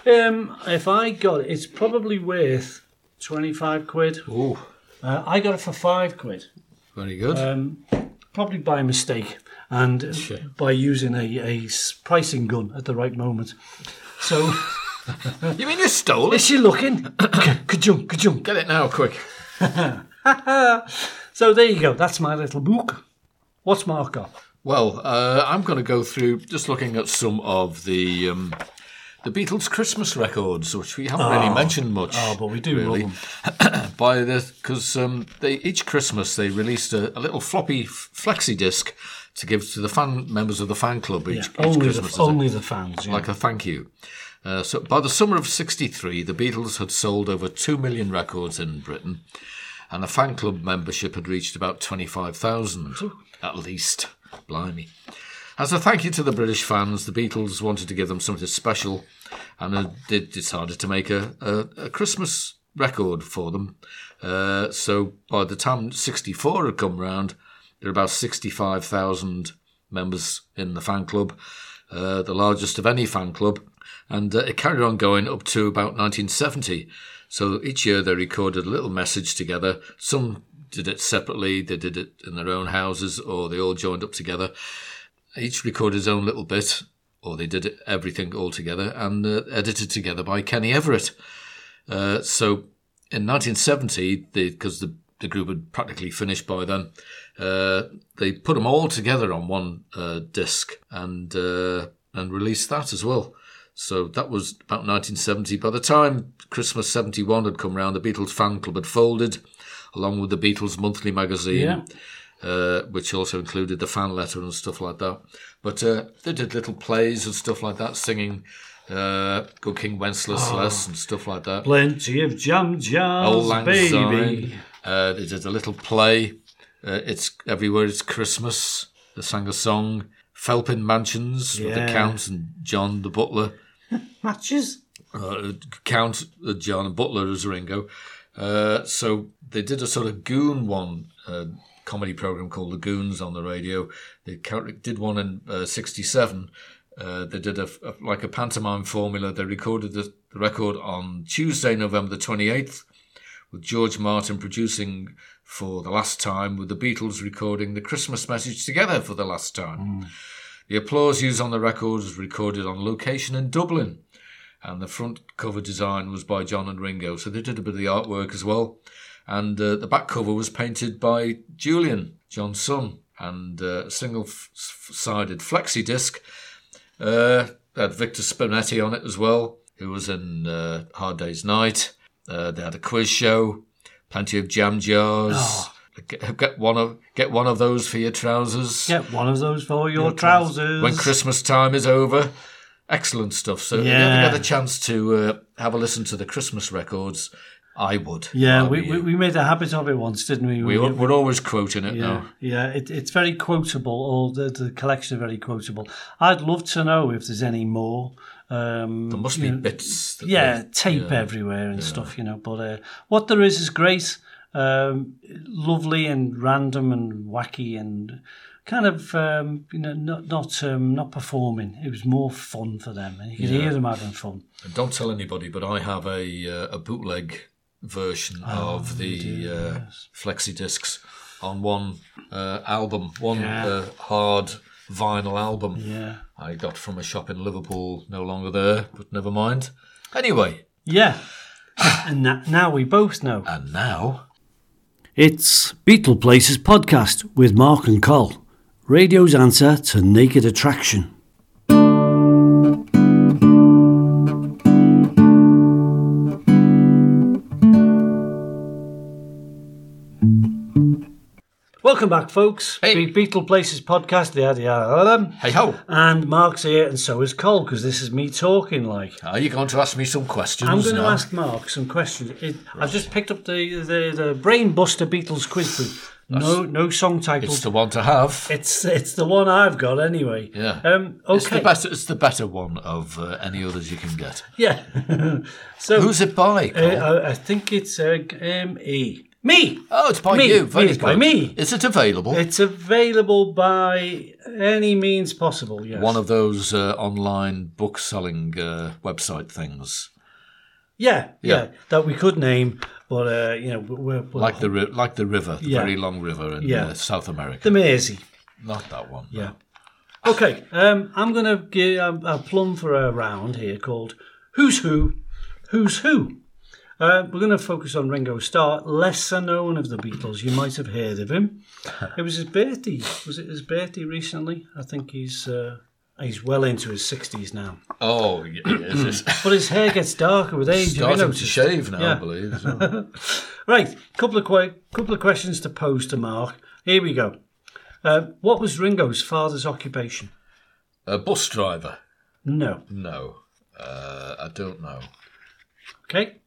Speaker 2: Um, if I got it, it's probably worth twenty five quid.
Speaker 1: Oh,
Speaker 2: Uh, I got it for five quid
Speaker 1: very good.
Speaker 2: Uh, Um, probably by mistake and
Speaker 1: Sure.
Speaker 2: by using a, a s- pricing gun at the right moment. So,
Speaker 1: you mean you stole
Speaker 2: is
Speaker 1: it?
Speaker 2: she looking? ka-junk, ka-junk.
Speaker 1: Get it now, quick.
Speaker 2: So there you go. That's my little book. What's Mark got?
Speaker 1: Well, uh, I'm going to go through just looking at some of the um, the Beatles Christmas records, which we haven't really mentioned much.
Speaker 2: Oh, but we do love
Speaker 1: really.
Speaker 2: them.
Speaker 1: by the because um, they each Christmas they released a, a little floppy f- flexi disc to give to the fan members of the fan club each,
Speaker 2: Yeah,
Speaker 1: each
Speaker 2: only
Speaker 1: Christmas.
Speaker 2: the,
Speaker 1: as a-
Speaker 2: only the fans. Yeah.
Speaker 1: like a thank you. Uh, so by the summer of '63, the Beatles had sold over two million records in Britain, and the fan club membership had reached about twenty-five thousand, at least. Blimey! As a thank you to the British fans, the Beatles wanted to give them something special, and uh, did decided to make a, a, a Christmas record for them. Uh, so by the time '64 had come round, there were about sixty-five thousand members in the fan club, uh, the largest of any fan club, and uh, it carried on going up to about 1970. So each year they recorded a little message together. Some did it separately, they did it in their own houses, or they all joined up together. Each recorded his own little bit, or they did it, everything all together, and uh, edited together by Kenny Everett. Uh, so in 1970, because the, the group had practically finished by then, uh, they put them all together on one uh, disc and uh, and released that as well. So that was about 1970. By the time Christmas 71 had come round, the Beatles fan club had folded, along with the Beatles monthly magazine
Speaker 2: yeah.
Speaker 1: uh, which also included the fan letter and stuff like that. But uh, they did little plays and stuff like that, singing uh, Good King Wenceslas and stuff like that.
Speaker 2: Plenty of jam
Speaker 1: Old
Speaker 2: jars,
Speaker 1: Lang
Speaker 2: baby.
Speaker 1: Syne. Uh, they did a little play. Uh, it's everywhere. It's Christmas. They sang a song. Felpin Mansions with the
Speaker 2: Yeah.
Speaker 1: Count and John the Butler.
Speaker 2: Matches.
Speaker 1: Uh, Count uh, John and Butler as Ringo. Uh, so they did a sort of goon one uh, comedy program called The Goons on the radio. They ca- did one in uh, '67. Uh, they did a, a like a pantomime formula. They recorded the, the record on Tuesday, November the 28th, with George Martin producing for the last time, with the Beatles recording the Christmas message together for the last time. The applause used on the record was recorded on location in Dublin and the front cover design was by John and Ringo. So they did a bit of the artwork as well, and uh, the back cover was painted by Julian John's son, and uh, a single-sided flexi disc uh, had Victor Spinetti on it as well, who was in uh, Hard Day's Night. Uh, they had a quiz show, plenty of jam jars. Get, get one of get one of those for your trousers
Speaker 2: Get one of those for your, trousers.
Speaker 1: when Christmas time is over. Excellent stuff. So if you
Speaker 2: Yeah.
Speaker 1: ever get a chance to uh, have a listen to the Christmas records, I would.
Speaker 2: yeah,
Speaker 1: I
Speaker 2: we,
Speaker 1: would.
Speaker 2: we, we made a habit of it once, didn't we?
Speaker 1: Oh, we, we're always quoting it
Speaker 2: Yeah,
Speaker 1: now.
Speaker 2: yeah, it, it's very quotable. All the, the collection are very quotable. I'd love to know if there's any more. Um,
Speaker 1: There must be bits. That
Speaker 2: yeah,
Speaker 1: they-
Speaker 2: tape everywhere and stuff, you know. But uh, what there is is great, um, lovely and random and wacky and kind of um, you know not not um, not performing. It was more fun for them, and you could hear them having fun.
Speaker 1: Don't tell anybody, but I have a uh, a bootleg version
Speaker 2: Oh,
Speaker 1: of the uh, flexi discs on one uh, album, one
Speaker 2: Yeah.
Speaker 1: uh, hard vinyl album.
Speaker 2: Yeah,
Speaker 1: I got from a shop in Liverpool, no longer there, but never mind. Anyway,
Speaker 2: yeah. and na- now we both know.
Speaker 1: and now
Speaker 3: It's Beetle Places podcast with Mark and Col. Radio's answer to naked attraction.
Speaker 2: Welcome back, folks.
Speaker 1: Hey.
Speaker 2: Be- Beetle Places podcast. Yeah, yeah.
Speaker 1: hey ho.
Speaker 2: And Mark's here, and so is Cole, because this is me talking like.
Speaker 1: Are you going to ask me some questions?
Speaker 2: I'm going to
Speaker 1: now?
Speaker 2: ask Mark some questions. It, I've just picked up the, the, the Brain Buster Beatles quiz book. No, no song title.
Speaker 1: It's the one to have.
Speaker 2: It's it's the one I've got anyway.
Speaker 1: Yeah.
Speaker 2: Um. Okay.
Speaker 1: It's the better. It's the better one of uh, any others you can get.
Speaker 2: Yeah. so
Speaker 1: Who's it by?
Speaker 2: uh,
Speaker 1: Carl?
Speaker 2: I, I think it's uh, um, E. Me.
Speaker 1: oh, it's by
Speaker 2: me.
Speaker 1: you.
Speaker 2: Me,
Speaker 1: Very
Speaker 2: it's
Speaker 1: good.
Speaker 2: by me.
Speaker 1: Is it available?
Speaker 2: It's available by any means possible. Yes.
Speaker 1: one of those uh, online book selling uh, website things,
Speaker 2: yeah, yeah,
Speaker 1: Yeah.
Speaker 2: that we could name, but uh, you know, we're, we're
Speaker 1: like the ri- like the river, the
Speaker 2: Yeah.
Speaker 1: very long river in
Speaker 2: Yeah.
Speaker 1: uh, South America.
Speaker 2: the Mersey.
Speaker 1: Not that one.
Speaker 2: Yeah. Okay. Um, I'm gonna give um, a plum for a round here called "Who's Who, Who's Who." Uh, we're going to focus on Ringo Starr, lesser known of the Beatles. You might have heard of him. It was his birthday. Was it his birthday recently? I think he's uh, he's well into his sixties now.
Speaker 1: Oh, y- yes, it's
Speaker 2: But his hair gets darker with age. have you
Speaker 1: starting to
Speaker 2: noticed?
Speaker 1: shave now, I
Speaker 2: Yeah.
Speaker 1: believe. so.
Speaker 2: Right, couple of que- couple of questions to pose to Mark. Here we go. Uh, what was Ringo's father's occupation?
Speaker 1: a bus driver?
Speaker 2: No.
Speaker 1: No, uh, I don't know.
Speaker 2: Okay.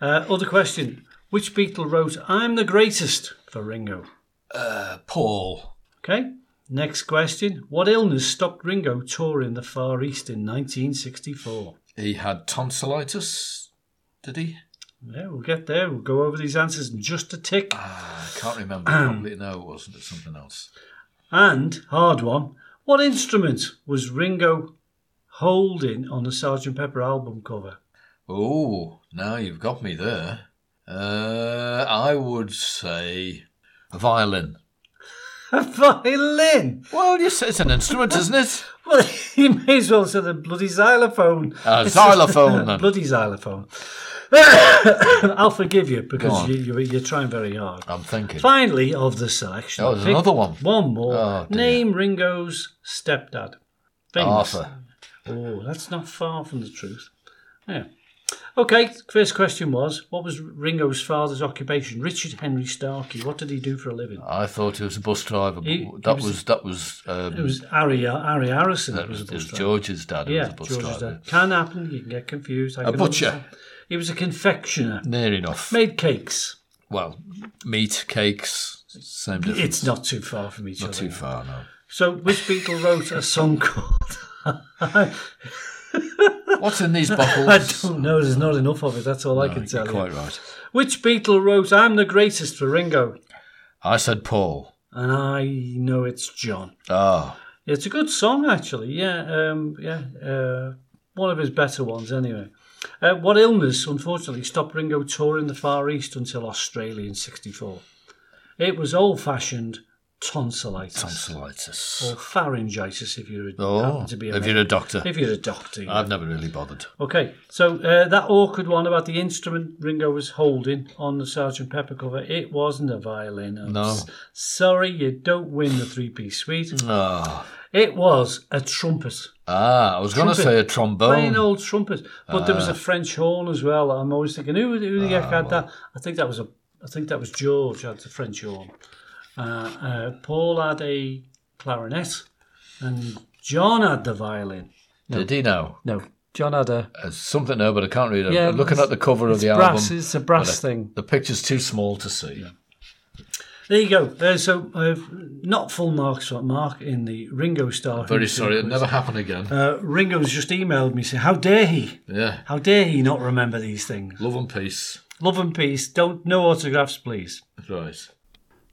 Speaker 2: Uh, other question. Which Beatle wrote I'm the Greatest for Ringo?
Speaker 1: Uh, Paul.
Speaker 2: Okay. Next question. What illness stopped Ringo touring the Far East in 1964?
Speaker 1: He had tonsillitis. Did he?
Speaker 2: Yeah, we'll get there. We'll go over these answers in just a tick.
Speaker 1: I can't remember. Probably no, it wasn't. It's something else.
Speaker 2: And, hard one, what instrument was Ringo holding on the Sgt. Pepper album cover?
Speaker 1: Oh, now you've got me there. Uh, I would say a violin.
Speaker 2: A violin!
Speaker 1: Well, yes, it's an instrument, isn't it?
Speaker 2: Well, he may as well say the bloody xylophone.
Speaker 1: A Uh, xylophone. then.
Speaker 2: Bloody xylophone. I'll forgive you
Speaker 1: Go
Speaker 2: because
Speaker 1: on.
Speaker 2: you, you, you're trying very hard.
Speaker 1: I'm thinking.
Speaker 2: Finally, of the selection,
Speaker 1: Oh,
Speaker 2: I
Speaker 1: there's
Speaker 2: picked
Speaker 1: another one.
Speaker 2: One more.
Speaker 1: Oh, dear.
Speaker 2: Name Ringo's stepdad. Famous.
Speaker 1: Arthur.
Speaker 2: Oh, that's not far from the truth. Yeah. Okay, first question was what was Ringo's father's occupation? Richard Henry Starkey. What did he do for a living?
Speaker 1: I thought he was a bus driver. But
Speaker 2: He-
Speaker 1: that was,
Speaker 2: he was-
Speaker 1: that was um,
Speaker 2: It was Ari, Ari Harrison.
Speaker 1: that
Speaker 2: was
Speaker 1: was,
Speaker 2: a
Speaker 1: it
Speaker 2: bus
Speaker 1: was
Speaker 2: driver.
Speaker 1: George's dad. who was
Speaker 2: Yeah,
Speaker 1: a bus
Speaker 2: George's
Speaker 1: driver.
Speaker 2: dad. Can happen. You can get confused. I
Speaker 1: A
Speaker 2: can
Speaker 1: butcher.
Speaker 2: understand. He was a confectioner.
Speaker 1: Near enough.
Speaker 2: Made cakes.
Speaker 1: Well, meat, cakes, same difference.
Speaker 2: It's not too far from each
Speaker 1: Not
Speaker 2: other.
Speaker 1: too far, no.
Speaker 2: So, which Beatle wrote a song called?
Speaker 1: What's in these
Speaker 2: I
Speaker 1: bottles?
Speaker 2: don't know. There's not enough of it. That's all I can
Speaker 1: You're
Speaker 2: tell you.
Speaker 1: quite right.
Speaker 2: Which Beatle wrote "I'm the Greatest" for Ringo?
Speaker 1: I said Paul.
Speaker 2: And I know it's John.
Speaker 1: Ah,
Speaker 2: It's a good song, actually. Yeah, um, yeah. Uh, one of his better ones, anyway. Uh, what illness, unfortunately, stopped Ringo touring the Far East until Australia in '64? It was old-fashioned tonsillitis,
Speaker 1: tonsillitis.
Speaker 2: or pharyngitis, if you're a,
Speaker 1: Oh,
Speaker 2: happen to be a
Speaker 1: if you're a Uh. doctor.
Speaker 2: if you're a doctor. yeah.
Speaker 1: I've never really bothered.
Speaker 2: Okay, so uh, that awkward one about the instrument Ringo was holding on the Sergeant Pepper cover, it wasn't a violin. I'm
Speaker 1: No.
Speaker 2: s- sorry, you don't win the three piece suite.
Speaker 1: Ah,
Speaker 2: It was a trumpet,
Speaker 1: ah I was going to
Speaker 2: Trumpet.
Speaker 1: say a
Speaker 2: plain
Speaker 1: trombone.
Speaker 2: old trumpet. But there
Speaker 1: Ah.
Speaker 2: was a French horn as well. I'm always thinking, who, who the heck had that? I think that was a, I think that was George had the French horn. Uh, uh, Paul had a clarinet, and John had the violin.
Speaker 1: Did he know?
Speaker 2: No, John had a
Speaker 1: Uh, something no, but I can't read it.
Speaker 2: Yeah,
Speaker 1: I'm looking
Speaker 2: it's-
Speaker 1: at the cover of
Speaker 2: it's
Speaker 1: the
Speaker 2: brass.
Speaker 1: album.
Speaker 2: It's a brass thing.
Speaker 1: The picture's too small to see.
Speaker 2: There you go. Uh, so uh, not full marks for Mark in the Ringo Starr.
Speaker 1: Very sorry, it never happened again.
Speaker 2: Uh, Ringo's just emailed me saying, "How dare he?
Speaker 1: yeah,
Speaker 2: How dare he not remember these things?
Speaker 1: love and peace.
Speaker 2: Love and peace. Don't no autographs, please."
Speaker 1: Right.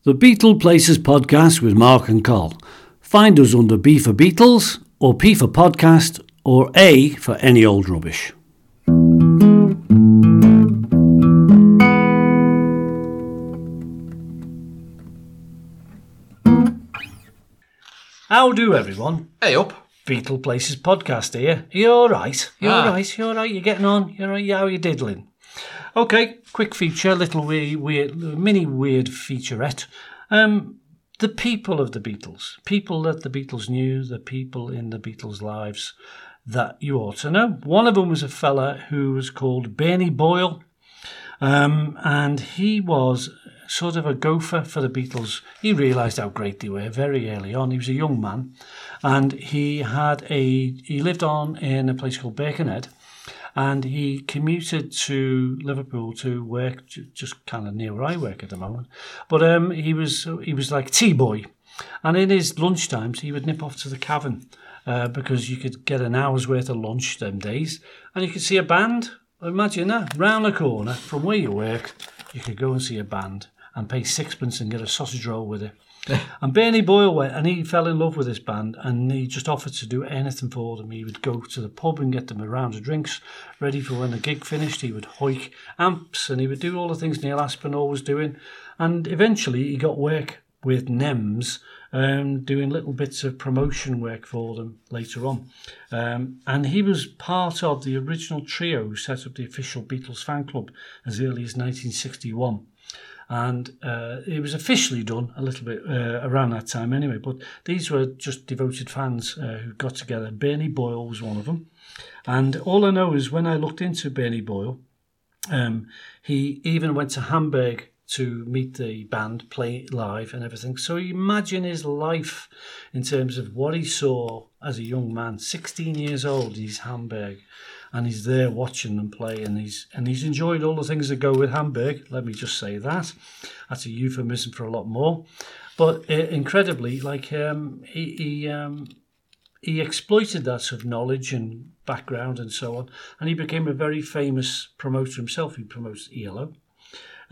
Speaker 3: The Beatle Places podcast with Mark and Col. Find us under B for Beatles, or P for Podcast, or A for any old rubbish.
Speaker 2: How do everyone?
Speaker 1: Hey up.
Speaker 2: Beatle Places podcast here. You're all right. You're
Speaker 1: Ah.
Speaker 2: all right. You're all right. You're getting on. You're all right. How are you diddling? Okay. Quick feature. Little wee weird, mini weird featurette. Um, the people of the Beatles, people that the Beatles knew, the people in the Beatles' lives that you ought to know. One of them was a fella who was called Bernie Boyle, um, and he was sort of a gopher for the Beatles. He realised how great they were very early on. He was a young man, and he had a he lived on in a place called Birkenhead, and he commuted to Liverpool to work ju- just kind of near where I work at the moment. But um, he was he was like tea boy, and in his lunch times he would nip off to the cavern uh, because you could get an hour's worth of lunch them days, and you could see a band. Imagine that round the corner from where you work, you could go and see a band and pay sixpence and get a sausage roll with it. And Bernie Boyle went and he fell in love with this band and he just offered to do anything for them. He would go to the pub and get them a round of drinks ready for when the gig finished. He would hoik amps and he would do all the things Neil Aspinall was doing. And eventually he got work with NEMS um, doing little bits of promotion work for them later on. Um, and he was part of the original trio who set up the official Beatles fan club as early as 1961 and uh, it was officially done a little bit uh, around that time anyway. But these were just devoted fans uh, who got together. Bernie Boyle was one of them, and all I know is when I looked into Bernie Boyle, um, he even went to Hamburg to meet the band, play live, and everything. So imagine his life in terms of what he saw as a young man, 16 years old. He's Hamburg, and he's there watching them play, and he's and he's enjoyed all the things that go with Hamburg. Let me just say that. That's a euphemism for a lot more. But uh, incredibly, like um, he, he um, he exploited that sort of knowledge and background and so on, and he became a very famous promoter himself. He promotes E ELO.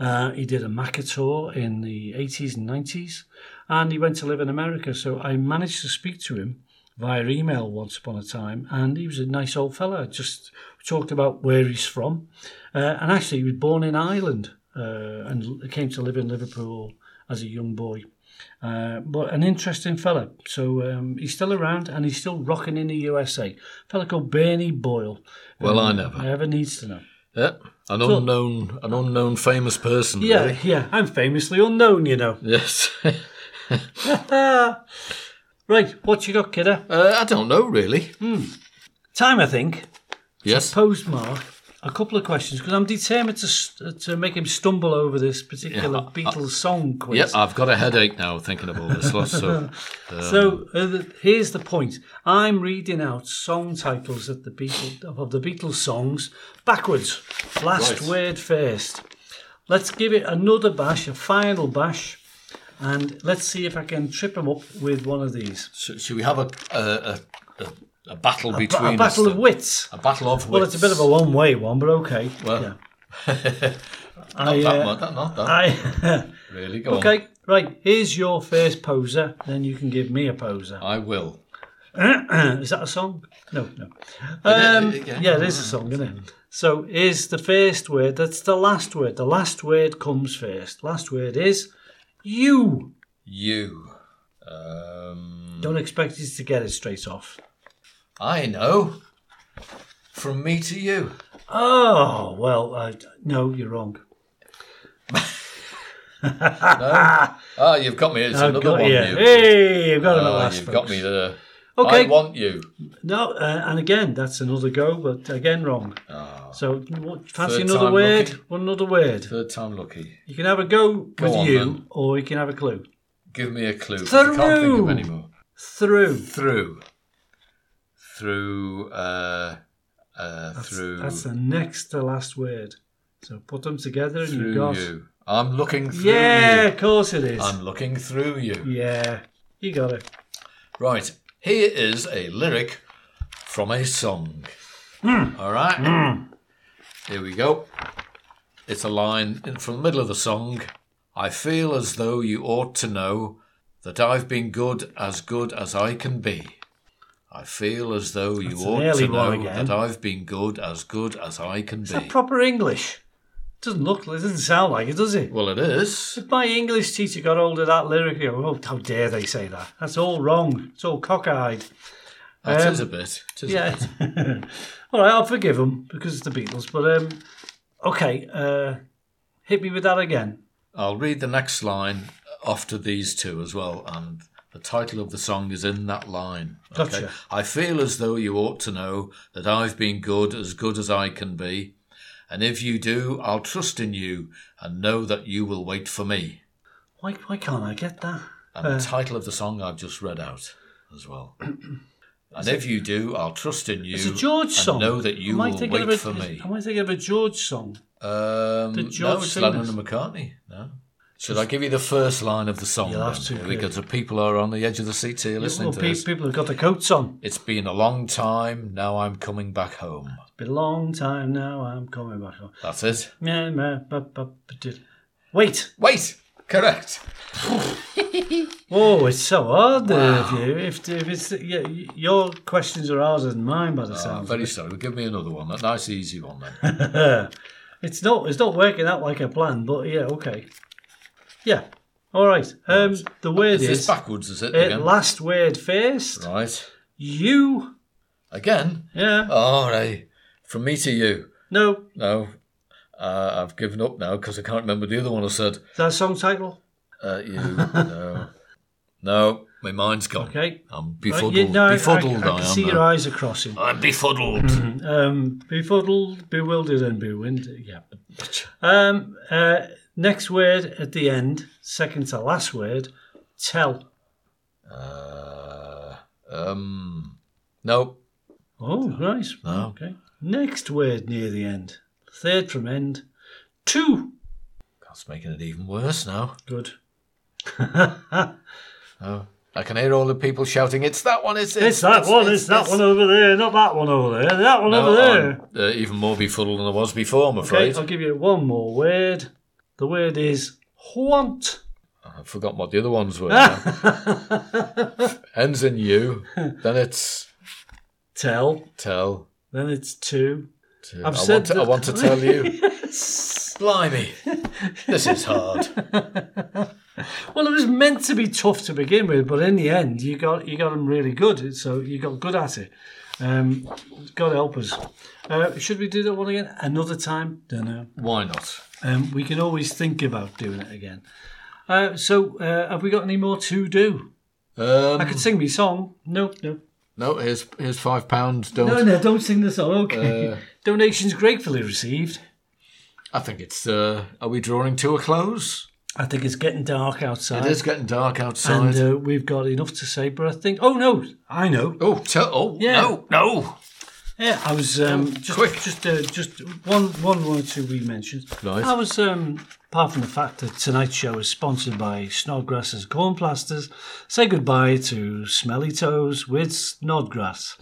Speaker 2: Uh, he did a Maca tour in the 80s and 90s, and he went to live in America. So I managed to speak to him via email once upon a time, and he was a nice old fella. Just talked about where he's from, uh, and actually he was born in Ireland uh, and came to live in Liverpool as a young boy. Uh, but an interesting fella. So um, he's still around and he's still rocking in the USA. fella called Bernie Boyle.
Speaker 1: Well, I
Speaker 2: Um,
Speaker 1: never.
Speaker 2: Never needs to know.
Speaker 1: Yeah. An unknown, an unknown famous person.
Speaker 2: Yeah,
Speaker 1: really.
Speaker 2: yeah. I'm famously unknown, you know.
Speaker 1: Yes. Uh,
Speaker 2: Ah. right, what you got, kidder?
Speaker 1: uh, I don't know really.
Speaker 2: Time, I think.
Speaker 1: Yes.
Speaker 2: Posed Mark a couple of questions because I'm determined to st- to make him stumble over this particular
Speaker 1: Yeah, I-
Speaker 2: Beatles song quiz.
Speaker 1: Yeah, I've got a headache now thinking of all this lot. So,
Speaker 2: So uh, the, here's the point. I'm reading out song titles of the Beatles of the Beatles songs backwards. Last
Speaker 1: Right.
Speaker 2: word first. Let's give it another bash, a final bash, and let's see if I can trip him up with one of these.
Speaker 1: so should we have a a, a, a, a battle between
Speaker 2: a battle
Speaker 1: us
Speaker 2: of
Speaker 1: then?
Speaker 2: wits.
Speaker 1: A battle of wits.
Speaker 2: Well, it's a bit of a one-way one, but okay.
Speaker 1: Well,
Speaker 2: yeah. I,
Speaker 1: that
Speaker 2: uh,
Speaker 1: much, that- not that
Speaker 2: I,
Speaker 1: really. Go on.
Speaker 2: okay, right. Here's your first poser. Then you can give me a poser.
Speaker 1: I will.
Speaker 2: is that a song? No, no. Um,
Speaker 1: it- yeah. Mm.
Speaker 2: yeah, it is a song, isn't it? So, is the first word, that's the last word. The last word comes first. Last word is you.
Speaker 1: You. Um,
Speaker 2: Don't expect us to get it straight off.
Speaker 1: I know. From me to you.
Speaker 2: Oh, well, I, no, you're wrong.
Speaker 1: Ah, you've got me. It's
Speaker 2: I've
Speaker 1: another
Speaker 2: got
Speaker 1: one.
Speaker 2: you.
Speaker 1: You.
Speaker 2: Hey, I've got
Speaker 1: Ah,
Speaker 2: another last
Speaker 1: you've
Speaker 2: one.
Speaker 1: got me there.
Speaker 2: Okay.
Speaker 1: I want you.
Speaker 2: No, uh, and again, that's another go, but again, wrong. So, what- fancy
Speaker 1: Ah. Third
Speaker 2: another
Speaker 1: time
Speaker 2: word?
Speaker 1: lucky.
Speaker 2: One another word.
Speaker 1: Third time lucky.
Speaker 2: You can have a go, with
Speaker 1: on,
Speaker 2: you,
Speaker 1: then.
Speaker 2: or you can have a clue.
Speaker 1: Give me a clue. 'cause I can't think
Speaker 2: Through.
Speaker 1: of any more.
Speaker 2: Through.
Speaker 1: Through. Through. Uh, uh,
Speaker 2: That's,
Speaker 1: through.
Speaker 2: that's the next to last word. So put them together and
Speaker 1: through
Speaker 2: you've got.
Speaker 1: you. I'm looking through
Speaker 2: Yeah,
Speaker 1: you.
Speaker 2: of course it is.
Speaker 1: I'm looking through you.
Speaker 2: yeah, you got it.
Speaker 1: Right. Here is a lyric from a song.
Speaker 2: Hmm.
Speaker 1: All right. Here we go. It's a line in from the middle of the song. I feel as though you ought to know that I've been good as good as I can be. I feel as though you
Speaker 2: That's an
Speaker 1: ought
Speaker 2: early
Speaker 1: to
Speaker 2: one
Speaker 1: know
Speaker 2: again.
Speaker 1: that I've been good as good as I can
Speaker 2: Is that
Speaker 1: be.
Speaker 2: proper English? Doesn't look, it doesn't sound like it, does it?
Speaker 1: Well, it is.
Speaker 2: If my English teacher got hold of that lyric, he'd go, oh, how dare they say that? That's all wrong. It's all cockeyed.
Speaker 1: That
Speaker 2: Um,
Speaker 1: is a bit. It is a
Speaker 2: Yeah. all right, I'll forgive him because it's the Beatles. But um, okay, uh, hit me with that again.
Speaker 1: I'll read the next line after these two as well, and the title of the song is in that line.
Speaker 2: Gotcha.
Speaker 1: I feel as though you ought to know that I've been good, as good as I can be, and if you do, I'll trust in you and know that you will wait for me.
Speaker 2: Why, why can't I get that?
Speaker 1: And the title of the song I've just read out as well. And if you do, I'll trust in you.
Speaker 2: It's a George
Speaker 1: and
Speaker 2: song.
Speaker 1: know that you
Speaker 2: Am I
Speaker 1: will
Speaker 2: thinking
Speaker 1: wait
Speaker 2: of a,
Speaker 1: for me.
Speaker 2: Am I thinking of a George song?
Speaker 1: Um,
Speaker 2: The
Speaker 1: no,
Speaker 2: George
Speaker 1: it's
Speaker 2: singers.
Speaker 1: Lennon and McCartney. No. Should I give you the first line of the song?
Speaker 2: You'll have
Speaker 1: then?
Speaker 2: to,
Speaker 1: Because the people are on the edge of the seats here listening
Speaker 2: Well,
Speaker 1: to
Speaker 2: pe-
Speaker 1: this.
Speaker 2: people have got the coats on.
Speaker 1: It's been a long time. Now I'm coming back home.
Speaker 2: It's been a long time now. I'm coming back home.
Speaker 1: That's it.
Speaker 2: Yeah, ma- ba- ba- ba- did- Wait!
Speaker 1: Wait. Correct.
Speaker 2: Oh, it's so hard there. If, you, if, if it's yeah, your questions are harder than mine by the
Speaker 1: I'm
Speaker 2: sound.
Speaker 1: Ah, very sorry. Give me another one. A nice, easy one then.
Speaker 2: It's not it's not working out like I planned, but yeah, okay. Yeah. All right. Um, the word
Speaker 1: Is
Speaker 2: is
Speaker 1: this backwards? Is it
Speaker 2: uh,
Speaker 1: again?
Speaker 2: last word first.
Speaker 1: Right.
Speaker 2: You.
Speaker 1: Again.
Speaker 2: Yeah.
Speaker 1: All right. From me to you.
Speaker 2: No.
Speaker 1: No. Uh, I've given up now because I can't remember the other one I said.
Speaker 2: That song title.
Speaker 1: Uh, you. no. No. My mind's gone.
Speaker 2: Okay.
Speaker 1: I'm
Speaker 2: Right,
Speaker 1: befuddled.
Speaker 2: you- Uh, no, I-
Speaker 1: befuddled,
Speaker 2: I, I,
Speaker 1: I,
Speaker 2: can
Speaker 1: am.
Speaker 2: see your
Speaker 1: now.
Speaker 2: eyes are crossing.
Speaker 1: I'm befuddled.
Speaker 2: Um, befuddled, bewildered, and bewined. Yeah. Um, uh, next word at the end, second to last word, tell.
Speaker 1: Uh, um. No.
Speaker 2: Oh, right.
Speaker 1: No.
Speaker 2: Okay. Next word near the end, third from end, two.
Speaker 1: That's making it even worse now.
Speaker 2: Good.
Speaker 1: No. I can hear all the people shouting. It's that one. It's
Speaker 2: It's that one. It's, that one over there. Not that one over there. That one over there.
Speaker 1: I'm, uh, even more befuddled than I was before. I'm
Speaker 2: Okay,
Speaker 1: afraid.
Speaker 2: I'll give you one more word. The word is want.
Speaker 1: I've forgotten what the other ones were. now. Ends in you. Then it's
Speaker 2: Tell.
Speaker 1: tell.
Speaker 2: Then it's two.
Speaker 1: to-
Speaker 2: I've
Speaker 1: I,
Speaker 2: said
Speaker 1: want to, I
Speaker 2: that-
Speaker 1: want to tell you. Blimey, this is hard.
Speaker 2: Well, it was meant to be tough to begin with, but in the end, you got you got them really good. So you got good at it. Um, God help us. Uh, should we do that one again another time? Don't know.
Speaker 1: Why not?
Speaker 2: Um, we can always think about doing it again. Uh, so uh, have we got any more to do? I
Speaker 1: Um,
Speaker 2: could sing me song. No, no.
Speaker 1: no, here's here's five pounds. Don't.
Speaker 2: No, no, don't sing the song. Okay.
Speaker 1: Uh,
Speaker 2: Donations gratefully received.
Speaker 1: I think it's. Uh, are we drawing to a close?
Speaker 2: I think it's getting dark
Speaker 1: It
Speaker 2: outside.
Speaker 1: is getting dark outside.
Speaker 2: And uh, we've got enough to say, but I think. Oh, no. I know.
Speaker 1: oh, tell, oh,
Speaker 2: Yeah.
Speaker 1: no, no.
Speaker 2: Yeah, I was. Um, just,
Speaker 1: quick.
Speaker 2: Just, uh, just one, one, one or two we mentioned.
Speaker 1: Right.
Speaker 2: I was. Um, apart from the fact that tonight's show is sponsored by Snodgrass's Corn Plasters, say goodbye to Smelly Toes with Snodgrass.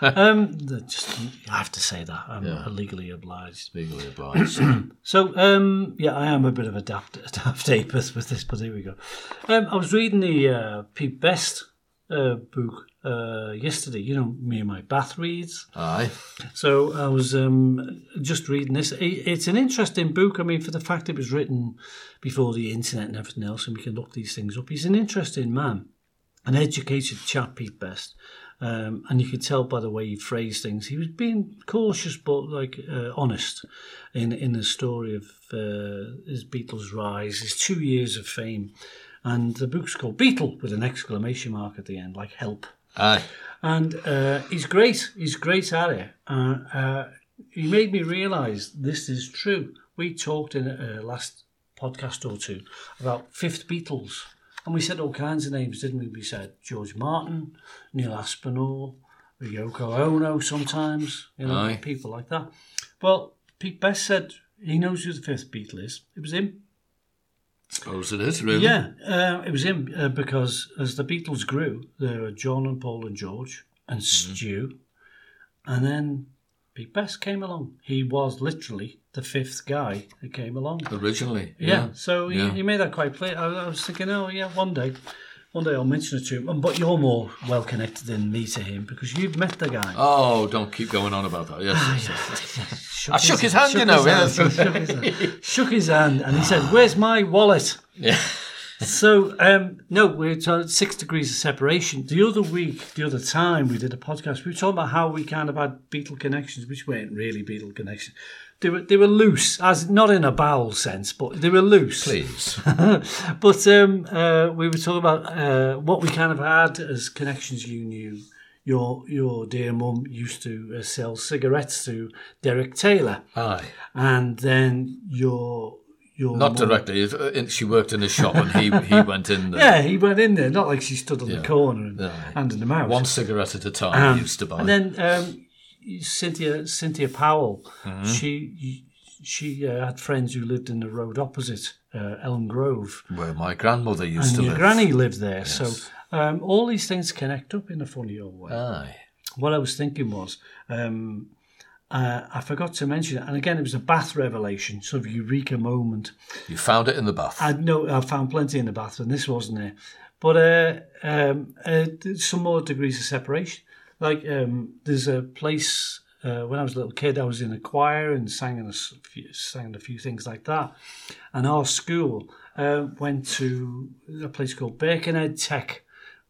Speaker 2: um, just, I have to say that. I'm legally obliged.
Speaker 1: Legally obliged.
Speaker 2: So, um, yeah, I am a bit of a daft, a daft ape with with this, but here we go. Um, I was reading the uh, Pete Best uh, book uh, yesterday, you know, me and my bath reads.
Speaker 1: Aye.
Speaker 2: So I was um, just reading this. I- It's an interesting book. I mean, for the fact it was written before the internet and everything else, and we can look these things up. He's an interesting man, an educated chap, Pete Best. Um, and you could tell by the way he phrased things, he was being cautious but like uh, honest in in the story of uh, his Beatles rise, his two years of fame, and the book's called Beatle with an exclamation mark at the end, like help
Speaker 1: Aye.
Speaker 2: and uh, he's great. He's great at it. Uh, uh, he made me realise this is true. We talked in a, a last podcast or two about fifth Beatles, and we said all kinds of names, didn't we? We said George Martin, Neil Aspinall, Yoko Ono, sometimes you know
Speaker 1: Aye.
Speaker 2: people like that. Well, Pete Best said he knows who the fifth Beatle is. It was him.
Speaker 1: Suppose it is, really.
Speaker 2: Yeah, uh, it was him uh, because as the Beatles grew, there were John and Paul and George and Stu, and then Pete Best came along. He was literally the fifth guy that came along.
Speaker 1: Originally.
Speaker 2: Yeah, so he,
Speaker 1: Yeah.
Speaker 2: he made that quite clear. I, I was thinking, oh yeah, one day, one day I'll mention it to him. And- But you're more well connected than me to him because you've met the guy.
Speaker 1: Oh, don't keep going on about that. Yes.
Speaker 2: Ah,
Speaker 1: yes, yes.
Speaker 2: Shook
Speaker 1: I shook his hand, you know,
Speaker 2: hand,
Speaker 1: yeah.
Speaker 2: shook his hand. shook his hand, and he said, "Where's my wallet?"
Speaker 1: Yeah.
Speaker 2: So um, no, we're talking six degrees of separation. The other week, the other time we did a podcast, we were talking about how we kind of had Beatle connections, which weren't really Beatle connections. They were they were loose, as not in a bowel sense, but they were loose.
Speaker 1: Please.
Speaker 2: But um, uh, we were talking about uh, what we kind of had as connections. You knew your your dear mum used to uh, sell cigarettes to Derek Taylor
Speaker 1: Aye.
Speaker 2: and then your your
Speaker 1: Not
Speaker 2: mum-
Speaker 1: directly. If, uh, in- She worked in a shop and he, he went in there.
Speaker 2: Yeah, he went in there. Not like she stood on the
Speaker 1: Yeah.
Speaker 2: corner and
Speaker 1: No.
Speaker 2: handed him out.
Speaker 1: One cigarette at a time he used to buy.
Speaker 2: And then um, Cynthia Cynthia Powell,
Speaker 1: Mm-hmm.
Speaker 2: she she uh, had friends who lived in the road opposite uh, Elm Grove,
Speaker 1: where my grandmother used
Speaker 2: and
Speaker 1: to
Speaker 2: your
Speaker 1: live.
Speaker 2: granny lived there. So um, all these things connect up in a funny old way.
Speaker 1: Aye.
Speaker 2: what I was thinking was, um, uh, I forgot to mention, it, and again, it was a bath revelation, sort of eureka moment.
Speaker 1: You found it in the bath.
Speaker 2: I know I found plenty in the bath, and this wasn't it. But uh, um, uh, th- some more degrees of separation. Like um, there's a place uh, when I was a little kid, I was in a choir and sang in a s- few, sang in a few things like that. And our school uh, went to a place called Birkenhead Tech,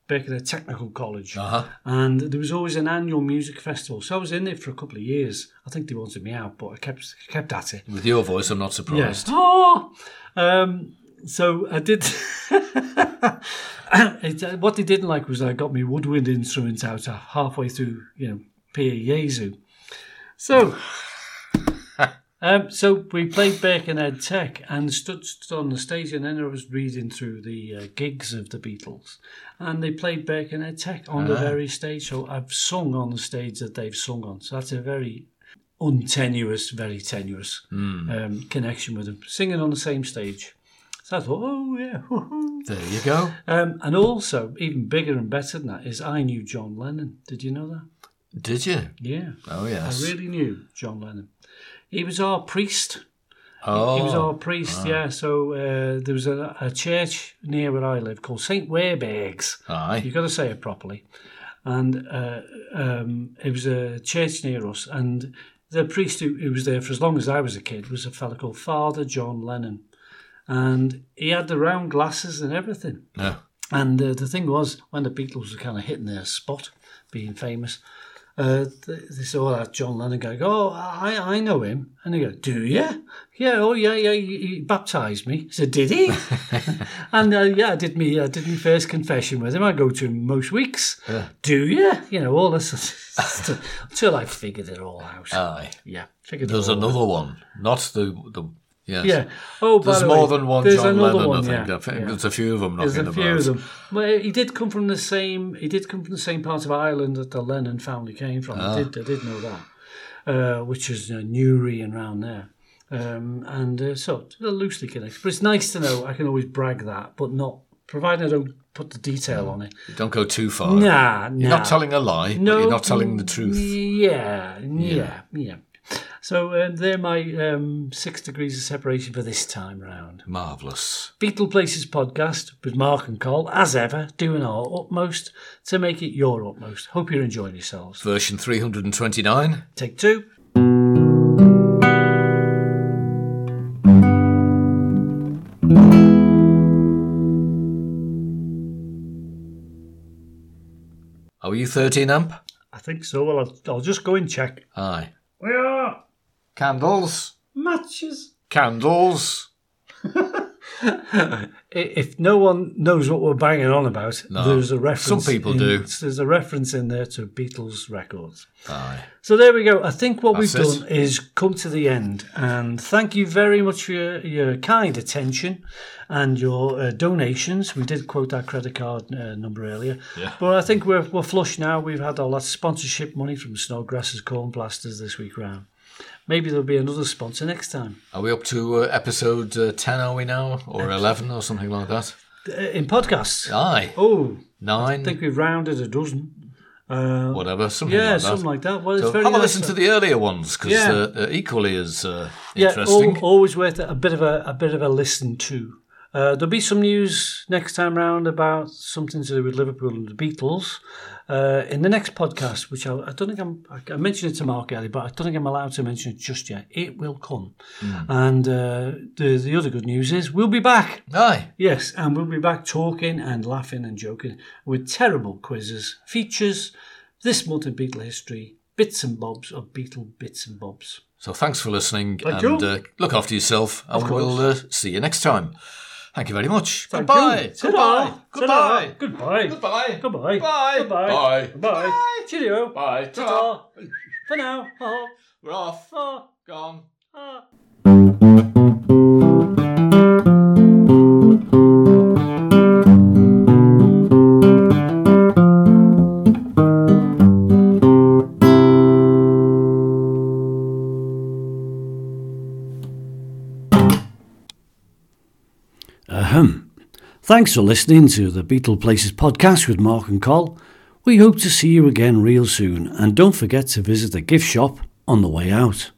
Speaker 2: Birkenhead Technical College,
Speaker 1: Uh-huh.
Speaker 2: and there was always an annual music festival. So I was in it for a couple of years. I think they wanted me out, but I kept kept at it.
Speaker 1: With your voice, I'm not surprised.
Speaker 2: Yes. Oh! Um, so I did. it, uh, what they didn't like was I got my woodwind instrument out halfway through, you know, Pia Jesu. So, um, so we played Birkenhead Tech and stood, stood on the stage, and then I was reading through the uh, gigs of the Beatles, and they played Birkenhead Tech on the very stage. So I've sung on the stage that they've sung on. So that's a very untenuous, very tenuous
Speaker 1: Hmm.
Speaker 2: um, connection with them, singing on the same stage. So I thought, oh yeah. woohoo.
Speaker 1: There you go.
Speaker 2: um, and also, even bigger and better than that is I knew John Lennon. Did you know that?
Speaker 1: Did you?
Speaker 2: Yeah,
Speaker 1: Oh,
Speaker 2: I
Speaker 1: yes.
Speaker 2: really knew John Lennon. He was our priest.
Speaker 1: oh,
Speaker 2: He was our priest. Yeah. So uh, there was a, a church near where I live called Saint Werburgh's.
Speaker 1: aye.
Speaker 2: You've got to say it properly. And uh, um, it was a church near us, and the priest who, who was there for as long as I was a kid was a fellow called Father John Lennon, and he had the round glasses and everything.
Speaker 1: No.
Speaker 2: And uh, the thing was, when the Beatles were kind of hitting their spot, being famous, uh, th- they saw that John Lennon guy go, oh, I, I know him. And they go, do you? Yeah, oh, yeah, yeah, he, he baptised me. I said, did he? and uh, yeah, I did me, I did my first confession with him. I go to him most weeks. Do you? You know, all this stuff. Until I figured it all out.
Speaker 1: Aye.
Speaker 2: yeah, figured
Speaker 1: Uh, There's
Speaker 2: it all out.
Speaker 1: another one. Not the. the yes.
Speaker 2: Yeah. Oh, by
Speaker 1: There's
Speaker 2: the
Speaker 1: more
Speaker 2: way,
Speaker 1: than one
Speaker 2: there's
Speaker 1: John
Speaker 2: another
Speaker 1: Lennon,
Speaker 2: one,
Speaker 1: I think.
Speaker 2: yeah,
Speaker 1: I think
Speaker 2: yeah.
Speaker 1: There's a few of them
Speaker 2: There's
Speaker 1: knocking
Speaker 2: a
Speaker 1: about.
Speaker 2: few of them. Well, he did come from the same. He did come from the same part of Ireland that the Lennon family came from. I
Speaker 1: Ah.
Speaker 2: did. I did know that, uh, which is uh, Newry and round there. Um, and uh, so they're loosely connected. But it's nice to know. I can always brag that, but not providing I don't put the detail on it.
Speaker 1: Don't go too far.
Speaker 2: Nah,
Speaker 1: Mm. You're
Speaker 2: nah.
Speaker 1: not telling a lie, but you're not telling the truth.
Speaker 2: Yeah, yeah, yeah. So uh, they're my um, six degrees of separation for this time round.
Speaker 1: Marvellous.
Speaker 2: Beetle Places podcast with Mark and Cole, as ever, doing our utmost to make it your utmost. Hope you're enjoying yourselves.
Speaker 1: Version 329.
Speaker 2: Take two.
Speaker 1: Are you 13 amp?
Speaker 2: I think so. Well, I'll, I'll just go and check.
Speaker 1: Aye.
Speaker 2: We are
Speaker 1: Candles.
Speaker 2: matches.
Speaker 1: Candles.
Speaker 2: I- If no one knows what we're banging on about, there's a
Speaker 1: Some
Speaker 2: reference.
Speaker 1: people
Speaker 2: in-
Speaker 1: do.
Speaker 2: There's a reference in there to Beatles records.
Speaker 1: Aye.
Speaker 2: So there we go. I think what
Speaker 1: That's
Speaker 2: we've
Speaker 1: it.
Speaker 2: done is come to the end, and thank you very much for your, your kind attention and your uh, donations. We did quote our credit card uh, number earlier,
Speaker 1: Yeah.
Speaker 2: but I think we're we're flush now. We've had all that sponsorship money from Snowgrass's Corn Blasters this week round. Maybe there'll be another sponsor next time.
Speaker 1: Are we up to uh, episode uh, 10, are we now? Or 11 or something like that?
Speaker 2: Uh, In podcasts,
Speaker 1: Aye.
Speaker 2: oh,
Speaker 1: Nine.
Speaker 2: I think we've rounded a dozen. Uh,
Speaker 1: whatever. Something
Speaker 2: Yeah,
Speaker 1: like that.
Speaker 2: something like that. Well, it's
Speaker 1: Oh, So
Speaker 2: very
Speaker 1: have a
Speaker 2: nice
Speaker 1: listen to the earlier ones because
Speaker 2: Yeah.
Speaker 1: uh, they're equally as uh,
Speaker 2: yeah, oh,
Speaker 1: interesting.
Speaker 2: al- always worth a bit of a, a bit of a listen to. Uh, there'll be some news next time round about something to do with Liverpool and the Beatles uh, in the next podcast, which I, I don't think I'm. I I mentioned it to Mark earlier, but I don't think I'm allowed to mention it just yet. It will come, and uh, the the other good news is we'll be back.
Speaker 1: Aye.
Speaker 2: Yes, and we'll be back talking and laughing and joking with terrible quizzes, features, this month in Beatle history, bits and bobs of Beatle bits and bobs.
Speaker 1: So thanks for listening
Speaker 2: Thank
Speaker 1: and
Speaker 2: you.
Speaker 1: Uh, look after yourself and we'll uh, see you next time. Thank you very much.
Speaker 2: Thank
Speaker 1: Goodbye.
Speaker 2: you.
Speaker 1: Goodbye. Goodbye.
Speaker 2: Ta-da. Goodbye.
Speaker 1: Goodbye.
Speaker 2: Goodbye.
Speaker 1: Bye.
Speaker 2: Goodbye.
Speaker 1: Bye.
Speaker 2: Goodbye.
Speaker 1: Bye.
Speaker 2: Cheerio.
Speaker 1: Bye. Ta-ta.
Speaker 2: Ta-ta. For now. Oh,
Speaker 1: We're off.
Speaker 2: oh,
Speaker 1: Gone.
Speaker 2: oh. Ahem. Thanks for listening to the Beatle Places podcast with Mark and Col. We hope to see you again real soon, and don't forget to visit the gift shop on the way out.